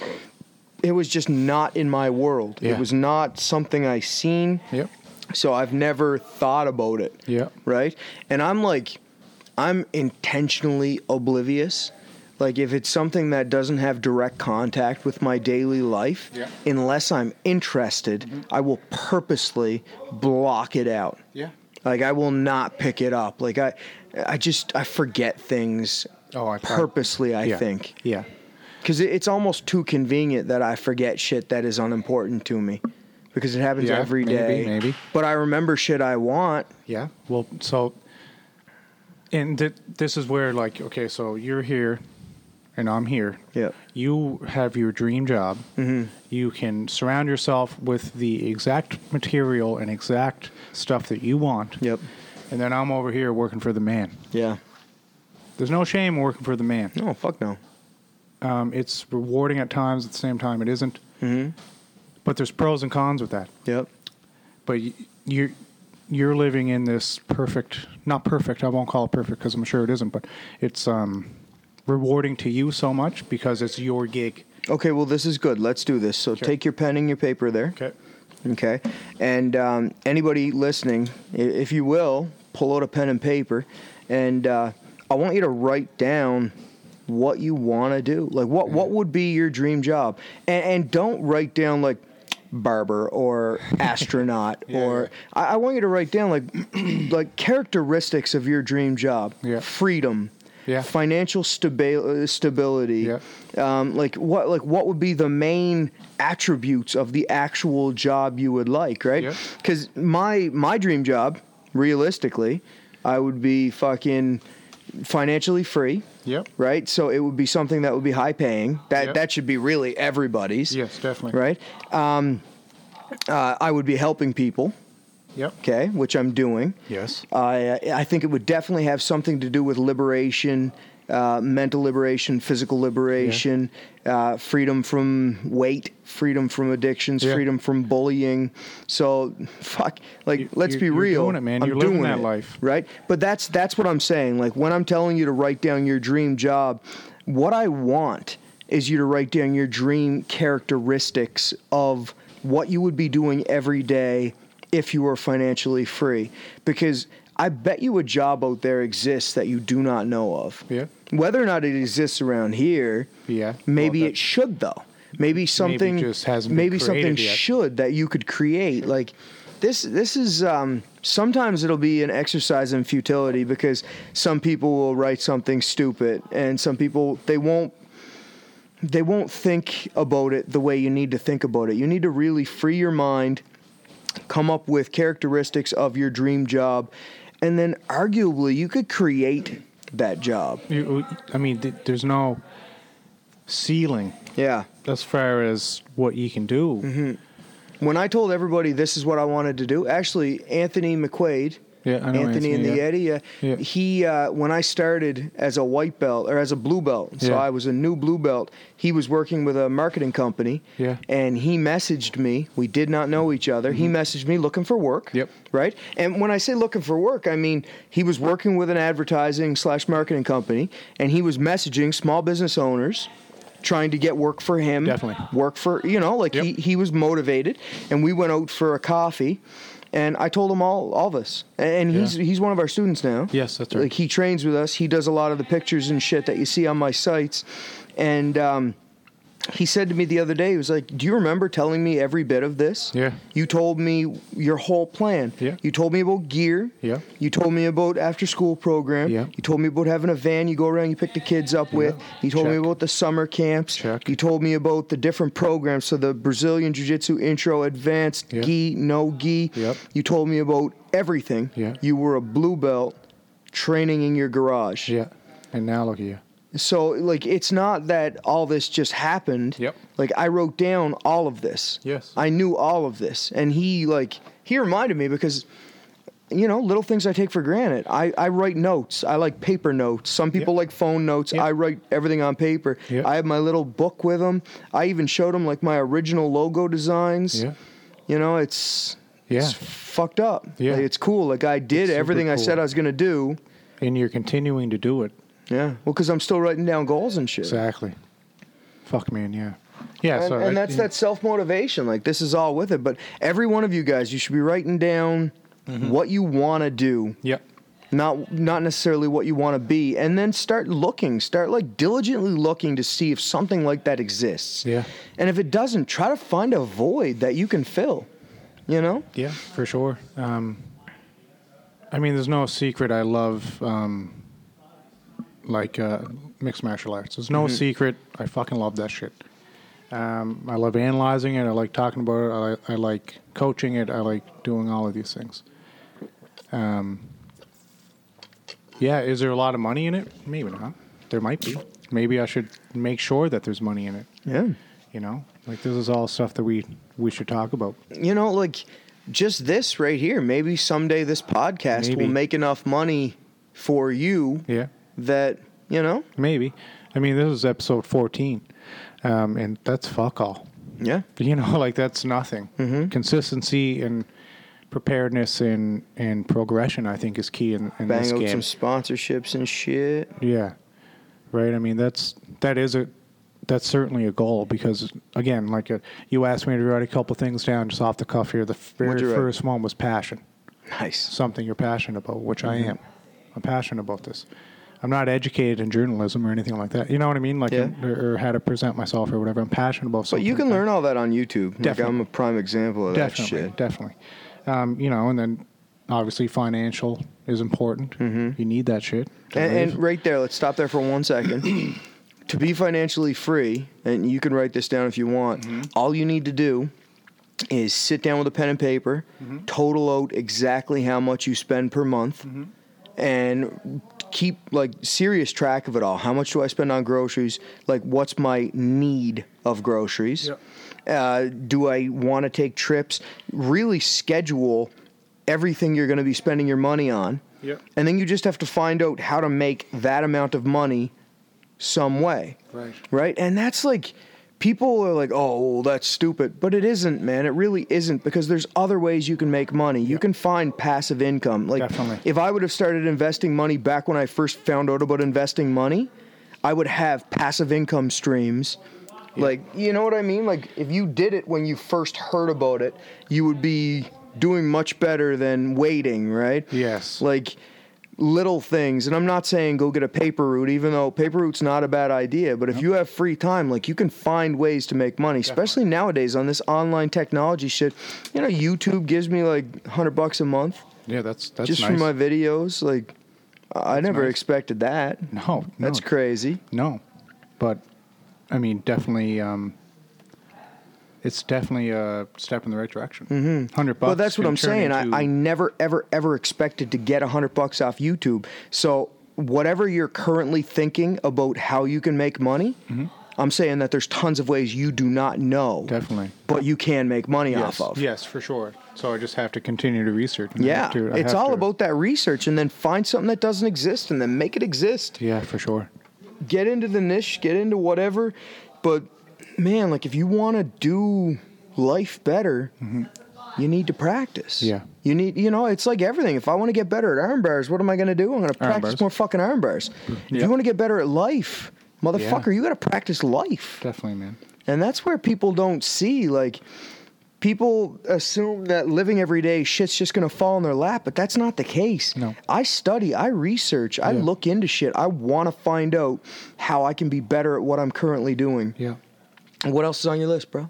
it was just not in my world.
Yeah.
It was not something I seen.
Yep.
So I've never thought about it
Yep.
right? And I'm like, I'm intentionally oblivious. Like, if it's something that doesn't have direct contact with my daily life,
Yeah. Mm-hmm.
unless I'm interested, I will purposely block it out.
Yeah.
Like, I will not pick it up. Like, I, I just, I forget things
Oh, I- I-
purposely, I,
yeah.
think.
Yeah.
Because it's almost too convenient that I forget shit that is unimportant to me. Because it happens
Yeah,
every
maybe,
day.
maybe.
But I remember shit I want.
Yeah. Well, so, and th- this is where, like, okay, so you're here and I'm here.
Yeah.
You have your dream job. Mm-hmm. You can surround yourself with the exact material and exact stuff that you want.
Yep.
And then I'm over here working for the man.
Yeah.
There's no shame in working for the man.
No, Oh, fuck no.
Um, it's rewarding at times, at the same time, it isn't.
Mm-hmm.
But there's pros and cons with that.
Yep.
but y- you're you're living in this perfect not perfect i won't call it perfect because i'm sure it isn't but it's um rewarding to you so much because it's your gig
Okay, well, this is good. Let's do this. So take your pen and your paper there.
okay
Okay. And um, anybody listening, i- if you will, pull out a pen and paper. And uh, I want you to write down what you want to do. Like, what,
Mm-hmm.
what would be your dream job? And, and don't write down, like, barber or astronaut
Yeah,
or I, I want you to write down like like characteristics of your dream job
Yeah.
freedom
Yeah.
financial stabi- uh, stability
Yeah.
um, like what like what would be the main attributes of the actual job you would like right
Yeah.
because my my dream job realistically i would be fucking financially free
yep
right so it would be something that would be high paying that
Yeah.
that should be really everybody's
yes definitely
right um, uh, i would be helping people
yep
okay which i'm doing
yes
I I think it would definitely have something to do with liberation, uh, mental liberation, physical liberation, uh, freedom from weight, freedom from addictions,
Yeah.
freedom from bullying. So, fuck, like
You-
let's
you're-
be
you're
real.
doing it, man.
I'm
You're living
doing
that
it,
life.
right? But that's that's what I'm saying. Like when I'm telling you to write down your dream job, what I want is you to write down your dream characteristics of what you would be doing every day if you were financially free because I bet you a job out there exists that you do not know of.
Yeah.
Whether or not it exists around here,
Yeah.
Maybe
Well, that-
it should though. Maybe something
just hasn't been
maybe something
created yet.
should that you could create like this this is um, sometimes it'll be an exercise in futility because some people will write something stupid and some people they won't they won't think about it the way you need to think about it you need to really free your mind come up with characteristics of your dream job and then arguably you could create that job
you, i mean th- there's no ceiling
yeah
as far as what you can do
When I told everybody this is what I wanted to do, actually, Anthony McQuaid,
yeah I know
Anthony and the
yeah.
Eddie, uh,
Yeah.
he, uh, when I started as a white belt or as a blue belt, so
Yeah.
I was a new blue belt, he was working with a marketing company.
Yeah. Mm-hmm.
And he messaged me. We did not know each other. He messaged me looking for work.
Yep.
Right? And when I say looking for work, I mean he was working with an advertising slash marketing company and he was messaging small business owners trying to get work for him
Definitely.
work for you know like
Yep.
he, he was motivated and we went out for a coffee and i told him all all this and he's
Yeah.
he's one of our students now
Yes, that's right.
like he trains with us he does a lot of the pictures and shit that you see on my sites and um he said to me the other day, he was like, Do you remember telling me every bit of this?
Yeah.
You told me your whole plan.
Yeah.
You told me about gear.
Yeah.
You told me about after school program.
Yeah.
You told me about having a van you go around, you pick the kids up with. You told me
Check.
about the summer camps.
Check.
You told me about the different programs. So the Brazilian Jiu Jitsu intro, advanced,
Yeah.
gi, no gi.
Yep.
You told me about everything.
Yeah.
You were a blue belt training in your garage.
yeah and now look at you
So like it's not that all this just happened.
Yep.
Like I wrote down all of this.
Yes.
I knew all of this. And he like he reminded me because you know, little things I take for granted. I, I write notes. I like paper notes. Some people
Yep.
like phone notes.
Yep.
I write everything on paper.
Yep.
I have my little book with them. I even showed them like my original logo designs.
Yeah.
You know, it's
Yeah.
it's fucked up.
Yeah.
Like, it's cool. Like I did
It's super
everything I
cool.
said I was gonna do.
And you're continuing to do it.
Yeah. Well, because I'm still writing down goals and shit.
Exactly. Fuck, man. Yeah. Yeah.
and,
so
and
I-
that's that self motivation. Like this is all with it. But every one of you guys, you should be writing down what you want to do,
Yep.
not not necessarily what you want to be, and then start looking, start like diligently looking to see if something like that exists.
Yeah.
And if it doesn't, try to find a void that you can fill. You know.
Yeah, for sure. Um, I mean, there's no secret. I love um, like uh, mixed martial arts. There's no secret. I fucking love that shit. Um, I love analyzing it. I like talking about it. I, li- I like coaching it. I like doing all of these things. Um, yeah, is there a lot of money in it? Maybe not. There might be. Maybe I should make sure that there's money in it.
Yeah.
You know, like this is all stuff that we we should talk about.
you know, like just this right here. Maybe someday this podcast
Maybe.
will make enough money for you
Yeah.
that you know.
Maybe. I mean, this is episode 14, um, and that's fuck all.
Yeah.
You know, like that's nothing.
Mm-hmm.
Consistency and preparedness and, and progression, I think, is key in, in
Bang
this
out some
game.
sponsorships and shit.
Yeah. Right. I mean, that's that is a that's certainly a goal because again, like a, you asked me to write a couple things down just off the cuff here. The very
What'd you write?
first one was passion
Nice.
something you're passionate about, which I
Mm-hmm.
am. I'm passionate about this. I'm not educated in journalism or anything like that. You know what I mean? Like,
Yeah.
or, or how to present myself or whatever. I'm passionate about
But
something.
you can learn all that on YouTube. Like
Definitely.
I'm a prime example of
definitely,
that shit.
definitely. Um, you know, and then obviously financial is important. You need that shit. to
Mm-hmm. And,
live.
and right there, let's stop there for one second. to be financially free, and you can write this down if you want.
Mm-hmm.
All you need to do is sit down with a pen and paper,
Mm-hmm.
total out exactly how much you spend per month, and keep like serious track of it all. How much do I spend on groceries? Like, what's my need of groceries?
Yep.
Uh, do I want to take trips? Really schedule everything you're going to be spending your money on.
Yep.
And then you just have to find out how to make that amount of money some way.
Right.
Right? And that's like people are like, "Oh, well, that's stupid." But it isn't, man. It really isn't because there's other ways you can make money. You can find passive income. Like
Definitely.
if I would have started investing money back when I first found out about investing money, I would have passive income streams. Like, you know what I mean? Like if you did it when you first heard about it, you would be doing much better than waiting, right?
Yes.
Like little things. And I'm not saying go get a paper route, even though paper route's not a bad idea. But if you have free time, like you can find ways to make money, especially nowadays on this online technology shit. You know, YouTube gives me like 100 bucks a month
yeah, that's that's
just
nice.
for my videos. Like, I I never
nice.
expected that.
no, no,
That's crazy.
No, but I mean, definitely, um, it's definitely a step in the right direction. Mm-hmm. Hundred bucks.
Well, that's what
can
I'm
turn
saying.
into-
I, I never, ever, ever expected to get a hundred bucks off YouTube. So whatever you're currently thinking about how you can make money,
Mm-hmm.
I'm saying that there's tons of ways you do not know,
definitely.
but you can make money
Yes.
off of.
Yes, for sure. So I just have to continue to research. and I
Yeah,
have to- I
it's
have
all
to-
about that research, and then find something that doesn't exist, and then make it exist.
Yeah, for sure.
Get into the niche, get into whatever. But man, like if you want to do life better, you need to practice.
Yeah.
you need you know it's like everything. If I want to get better at iron bars, what am I going to do? I'm going to practice
bars.
more fucking iron bars. If
Yeah.
you want to get better at life, motherfucker, you got to practice life.
Definitely, man.
And that's where people don't see, like, people assume that living every day, shit's just gonna fall in their lap, but that's not the case.
No.
I study, I research, I
Yeah.
look into shit. I wanna find out how I can be better at what I'm currently doing.
Yeah.
And What else is on your list, bro?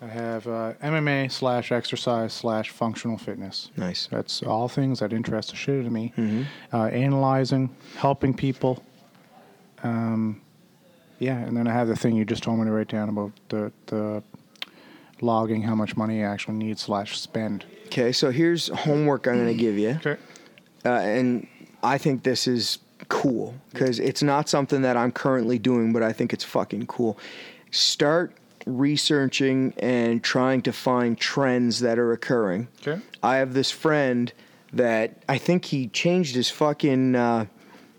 I have uh, MMA slash exercise slash functional fitness.
Nice.
That's all things that interest the shit out of me.
Mm-hmm.
Uh, analyzing, helping people. Um, yeah, and then I have the thing you just told me to write down about the, the logging how much money you actually need slash spend.
Okay, so here's homework I'm gonna give you.
Okay.
uh, and I think this is cool because it's not something that I'm currently doing, but I think it's fucking cool. Start researching and trying to find trends that are occurring.
Okay.
I have this friend that I think he changed his fucking uh,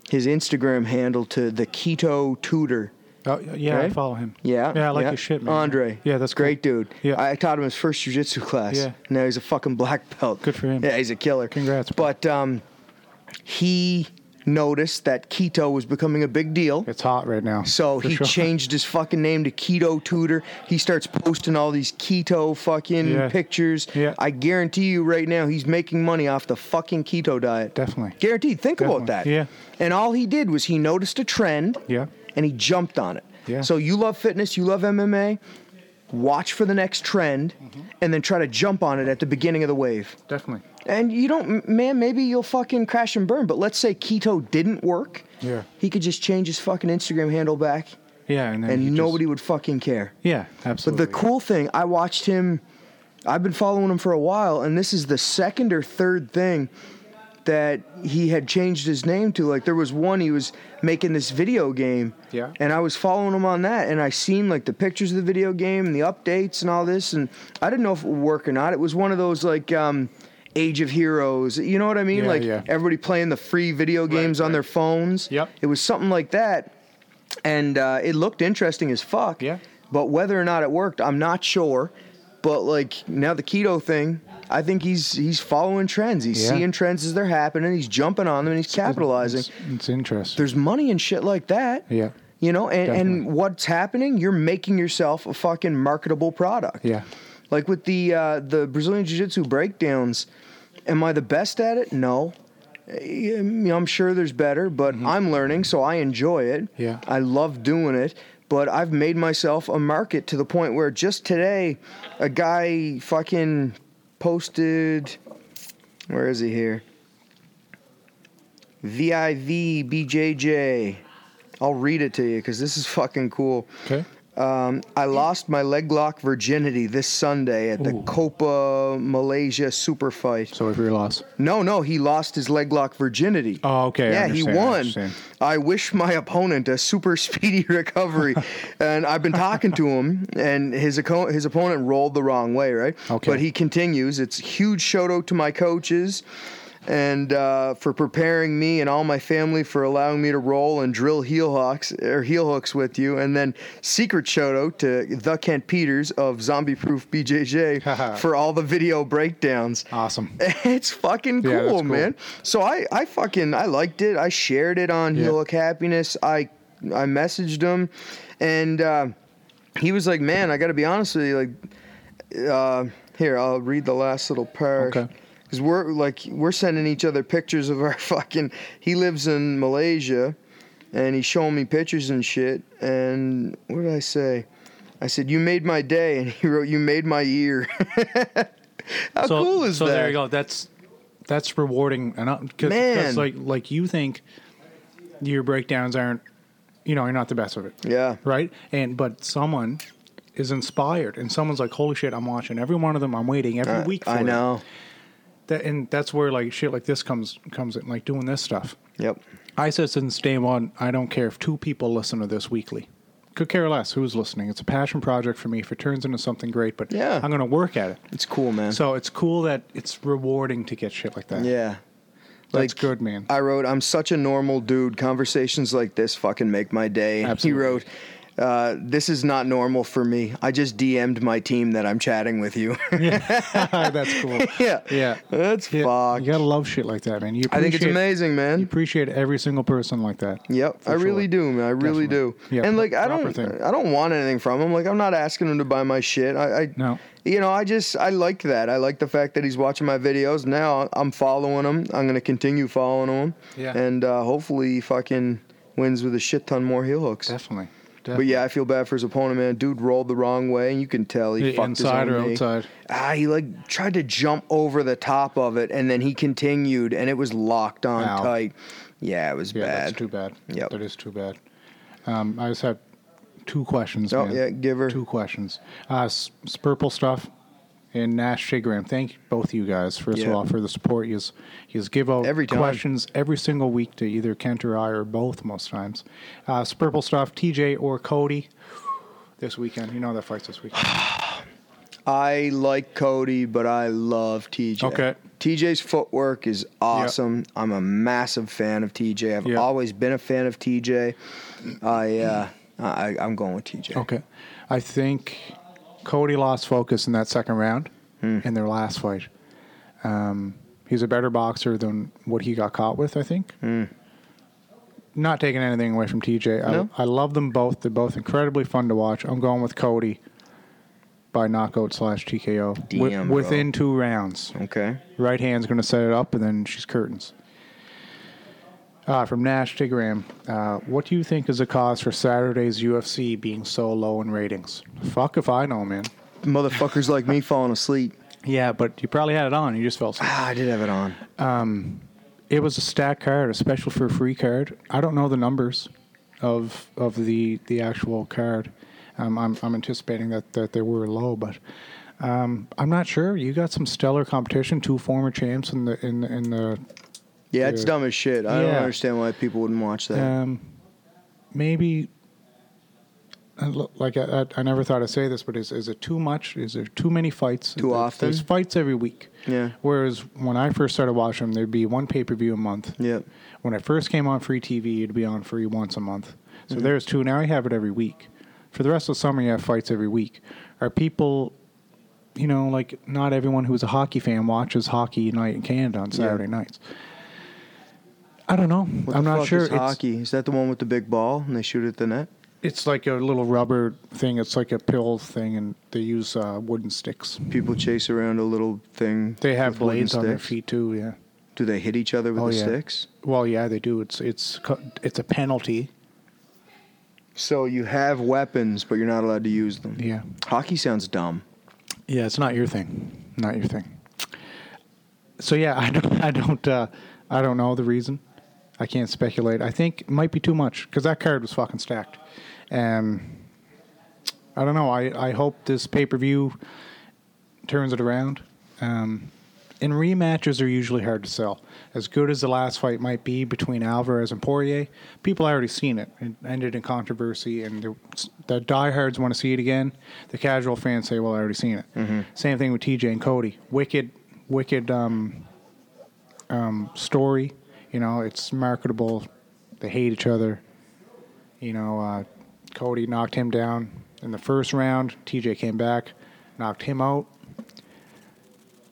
his Instagram handle to the Keto Tutor.
Oh, yeah, I
Right?
follow him.
Yeah.
Yeah, I like his shit, man.
Andre.
Yeah, that's cool.
great, dude.
Yeah.
I taught him his first jujitsu class.
Yeah.
Now he's a fucking black belt.
Good for him.
Yeah, he's a killer.
Congrats, bro.
But um, he noticed that keto was becoming a big deal.
It's hot right now.
So
for
he
sure.
changed his fucking name to Keto Tutor. He starts posting all these keto fucking
Yeah.
pictures.
Yeah.
I guarantee you right now he's making money off the fucking keto diet.
Definitely.
Guaranteed. Think about that.
Definitely. Yeah.
And all he did was he noticed a trend.
Yeah.
And he jumped on it.
Yeah.
So you love fitness, you love MMA. Watch for the next trend
Mm-hmm.
and then try to jump on it at the beginning of the wave.
Definitely.
And you don't, m- man, maybe you'll fucking crash and burn. But let's say keto didn't work.
Yeah.
He could just change his fucking Instagram handle back
Yeah, and then you just-
and nobody would fucking care.
yeah,
But
absolutely.
the cool thing, I watched him. I've been following him for a while, and this is the second or third thing that he had changed his name to. Like there was one he was making this video game,
Yeah.
and I was following him on that, and I seen like the pictures of the video game and the updates and all this, and I didn't know if it would work or not. It was one of those like. um Age of Heroes, you know what I mean?
Yeah,
like
yeah.
everybody playing the free video games on
right.
their phones.
Yep.
It was something like that, and uh, it looked interesting as fuck.
Yeah.
But whether or not it worked, I'm not sure. But like now the keto thing, I think he's he's following trends. He's
Yeah.
seeing trends as they're happening. He's jumping on them and he's capitalizing.
It's, it's interesting.
There's money and shit like that.
Yeah.
You know, and, and
Definitely.
what's happening? You're making yourself a fucking marketable product.
Yeah.
Like with the uh, the Brazilian Jiu Jitsu breakdowns, am I the best at it? No. Eh, you know, I'm sure there's better, but I'm learning, so I enjoy it.
Yeah.
I love doing it, but I've made myself a market to the point where just today, a guy fucking posted. Where is he here? VIVBJJ. I'll read it to you because this is fucking cool.
Okay.
Um, I lost my leg lock virginity this Sunday at the
Ooh.
Copa Malaysia Super Fight.
So if you're lost.
No, no, he lost his leg lock virginity.
Oh, okay. I
Yeah, he
understand, I
won.
understand.
I wish my opponent a super speedy recovery. and I've been talking to him, and his aco- his opponent rolled the wrong way, right?
Okay.
But he continues. It's huge shout out to my coaches. And uh, for preparing me and all my family for allowing me to roll and drill heel hooks or heel hooks with you, and then secret shout out to the Kent Peters of Zombie Proof BJJ for all the video breakdowns.
Awesome.
It's fucking cool,
Yeah, that's cool.
man. So I, I fucking I liked it. I shared it on
Yeah.
Heel Hook Happiness. I I messaged him, and uh, he was like, "Man, I got to be honest with you. Like, uh, here I'll read the last little part."
Okay.
Cause we're like we're sending each other pictures of our fucking. He lives in Malaysia, and he's showing me pictures and shit. And what did I say? I said you made my day, and he wrote you made my year. How
so,
cool is
so
that?
there you go. That's that's rewarding, and
Man.
because like like you think your breakdowns aren't, you know, you're not the best of it,
Yeah.
right? And but someone is inspired, and someone's like, "Holy shit, I'm watching every one of them. I'm waiting every
Uh,
week for
I
it."
know.
That, and that's where like shit like this comes comes in, like doing this stuff.
Yep.
I said since day one, I don't care if two people listen to this weekly. Could care less who's listening. It's a passion project for me. If it turns into something great, but
Yeah.
I'm going to work at it.
It's cool, man.
So it's cool that it's rewarding to get shit like that.
yeah.
that's
like,
good, man.
I wrote, I'm such a normal dude. Conversations like this fucking make my day. And He
Absolutely.
wrote, uh, this is not normal for me. I just DM'd my team that I'm chatting with you.
that's cool.
yeah.
Yeah,
That's
Yeah,
fuck.
You gotta love shit like that, man. You
I think it's
appreciate-
amazing,
You
man.
appreciate every single person like that.
Yep,
For
I really
sure.
do, man. I
Definitely.
really do.
Yeah,
and like, I
proper
don't,
thing.
I don't want anything from him. Like, I'm not asking him to buy my shit. I, I
No.
you know, I just, I like that. I like the fact that he's watching my videos. Now I'm following him. I'm gonna continue following him.
Yeah.
And uh, hopefully, he fucking wins with a shit ton more heel hooks.
Definitely.
But
Definitely.
yeah, I feel bad for his opponent, man. Dude rolled the wrong way, and you can tell he
Yeah,
fucked
inside
his
or
own knee.
outside.
Ah, he like tried to jump over the top of it, and then he continued, and it was locked on
Ow.
tight. Yeah, it was
Yeah,
bad.
that's too bad.
Yep.
That is too bad. Um, I just have two questions.
Oh,
man.
yeah, give her.
Two questions. Uh, S- Spurple Stuff and Nash Shagram. Thank both you guys, first
Yeah.
of all, for the support. You you give out
Every time.
questions every single week to either Kent or I or both most times. Uh, Spurple Stuff, TJ or Cody. this weekend. You know that fight's this weekend.
I like Cody, but I love TJ.
Okay.
TJ's footwork is awesome. I'm a massive fan of TJ. I've
Yeah.
always been a fan of TJ. I, uh, I I'm going with TJ.
Okay. I think Cody lost focus in that second round
Hmm.
in their last fight. Um, he's a better boxer than what he got caught with, I think.
Hmm.
Not taking anything away from TJ. I,
No.
I love them both. They're both incredibly fun to watch. I'm going with Cody by knockout slash TKO wi-
Damn, bro.
within two rounds.
Okay.
Right hand's going to set it up, and then she's curtains. Uh, from Nash to Graham, uh, what do you think is the cause for Saturday's UFC being so low in ratings? Fuck if I know, man.
Motherfuckers like me falling asleep.
Yeah, but you probably had it on. You just fell asleep.
Ah, I did have it on.
It was a stack card, a special for a free card. I don't know the numbers of of the the actual card. Um, I'm I'm anticipating that that they were low, but um, I'm not sure. You got some stellar competition. Two former champs in the in the, in the
Yeah, it's
Yeah.
dumb as shit. I don't
Yeah.
understand why people wouldn't watch that.
Um, maybe, I lo- like I, I, I never thought I'd say this, but is, is it too much? Is there too many fights?
Too
There-
often?
There's fights every week.
Yeah.
Whereas when I first started watching them, there'd be one pay per view a month.
Yep.
When I first came on free TV, it'd be on free once a month. So
Mm-hmm.
there's two. Now you have it every week. For the rest of the summer, you have fights every week. Are people, you know, like not everyone who's a hockey fan watches hockey night in Canada on Saturday nights. I don't know.
What
I'm
the
not
fuck
sure.
Is
It's-
hockey is that the one with the big ball and they shoot at the net?
it's like a little rubber thing. It's like a pill thing, and they use uh, wooden sticks.
People chase around a little thing.
They have
with wooden
blades on their
sticks.
feet too. Yeah.
Do they hit each other with
Oh,
the
yeah.
sticks?
Well, yeah, they do. It's it's co- it's a penalty.
So you have weapons, but you're not allowed to use them.
Yeah.
Hockey sounds dumb.
Yeah, it's not your thing. Not your thing. So yeah, I don't I don't uh, I don't know the reason. I can't speculate. I think it might be too much because that card was fucking stacked, and I don't know. I I hope this pay per view turns it around. Um, and rematches are usually hard to sell. As good as the last fight might be between Alvarez and Poirier, people already seen it. It ended in controversy, and the, the diehards want to see it again. The casual fans say, "Well, I already seen it." Same thing with TJ and Cody. Wicked, wicked um, um, story. You know, it's marketable. They hate each other. You know, uh, Cody knocked him down in the first round. TJ came back, knocked him out.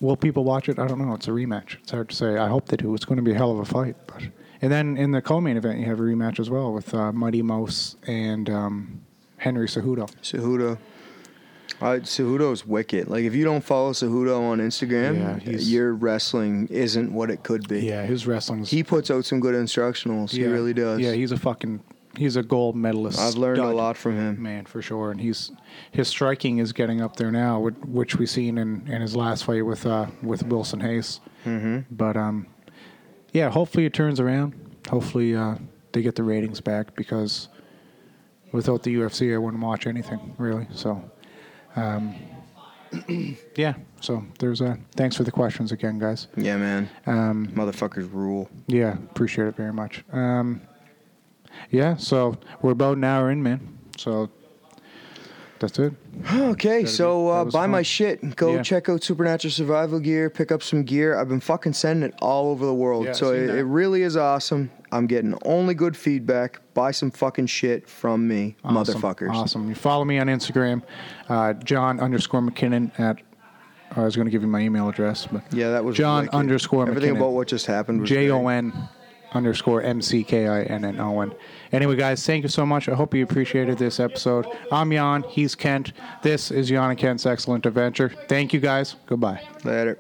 Will people watch it? I don't know. It's a rematch. It's hard to say. I hope they do. It's going to be a hell of a fight. But and then in the co-main event, you have a rematch as well with uh, Mighty Mouse and um, Henry Cejudo.
Cejudo. I, Cejudo's wicked. Like if you don't follow Cejudo on
Yeah,
Instagram,
he's-
your wrestling isn't what it could be.
Yeah, his wrestling.
He puts out some good instructionals. He really does.
Yeah, he's a fucking. He's a gold medalist.
I've learned a
stud.
lot from him.
man, for sure. And he's his striking is getting up there now, which- which we seen in, in his last fight with uh, with Wilson Hayes. Mm-hmm. But um, yeah, hopefully it turns around. Hopefully uh, they get the ratings back because without the UFC, I wouldn't watch anything really. So. Um, yeah, so there's a thanks for the questions again, guys.
Yeah, man. Um, Motherfuckers rule.
Yeah, appreciate it very much. Um, yeah, so we're about an hour in, man. So that's it.
Okay,
That'd
so
be-
uh,
that was
buy my
fun.
shit. Go
Yeah.
check out Supernatural Survival Gear. Pick up some gear. I've been fucking sending it all over the world.
Yeah, I've
so
seen
it,
that.
it really is awesome. I'm getting only good feedback. Buy some fucking shit from me,
Awesome,
motherfuckers.
Awesome. You follow me on Instagram, uh, John underscore McKinnon at. I was going to give you my email address, but
Yeah, that was
John
wicked.
underscore
everything
McKinnon.
about what just happened. was
J
great.
O N underscore M C K I N N O N. Anyway, guys, thank you so much. I hope you appreciated this episode. I'm Jan. He's Kent. This is Jan and Kent's Excellent Adventure. Thank you, guys. Goodbye.
Later.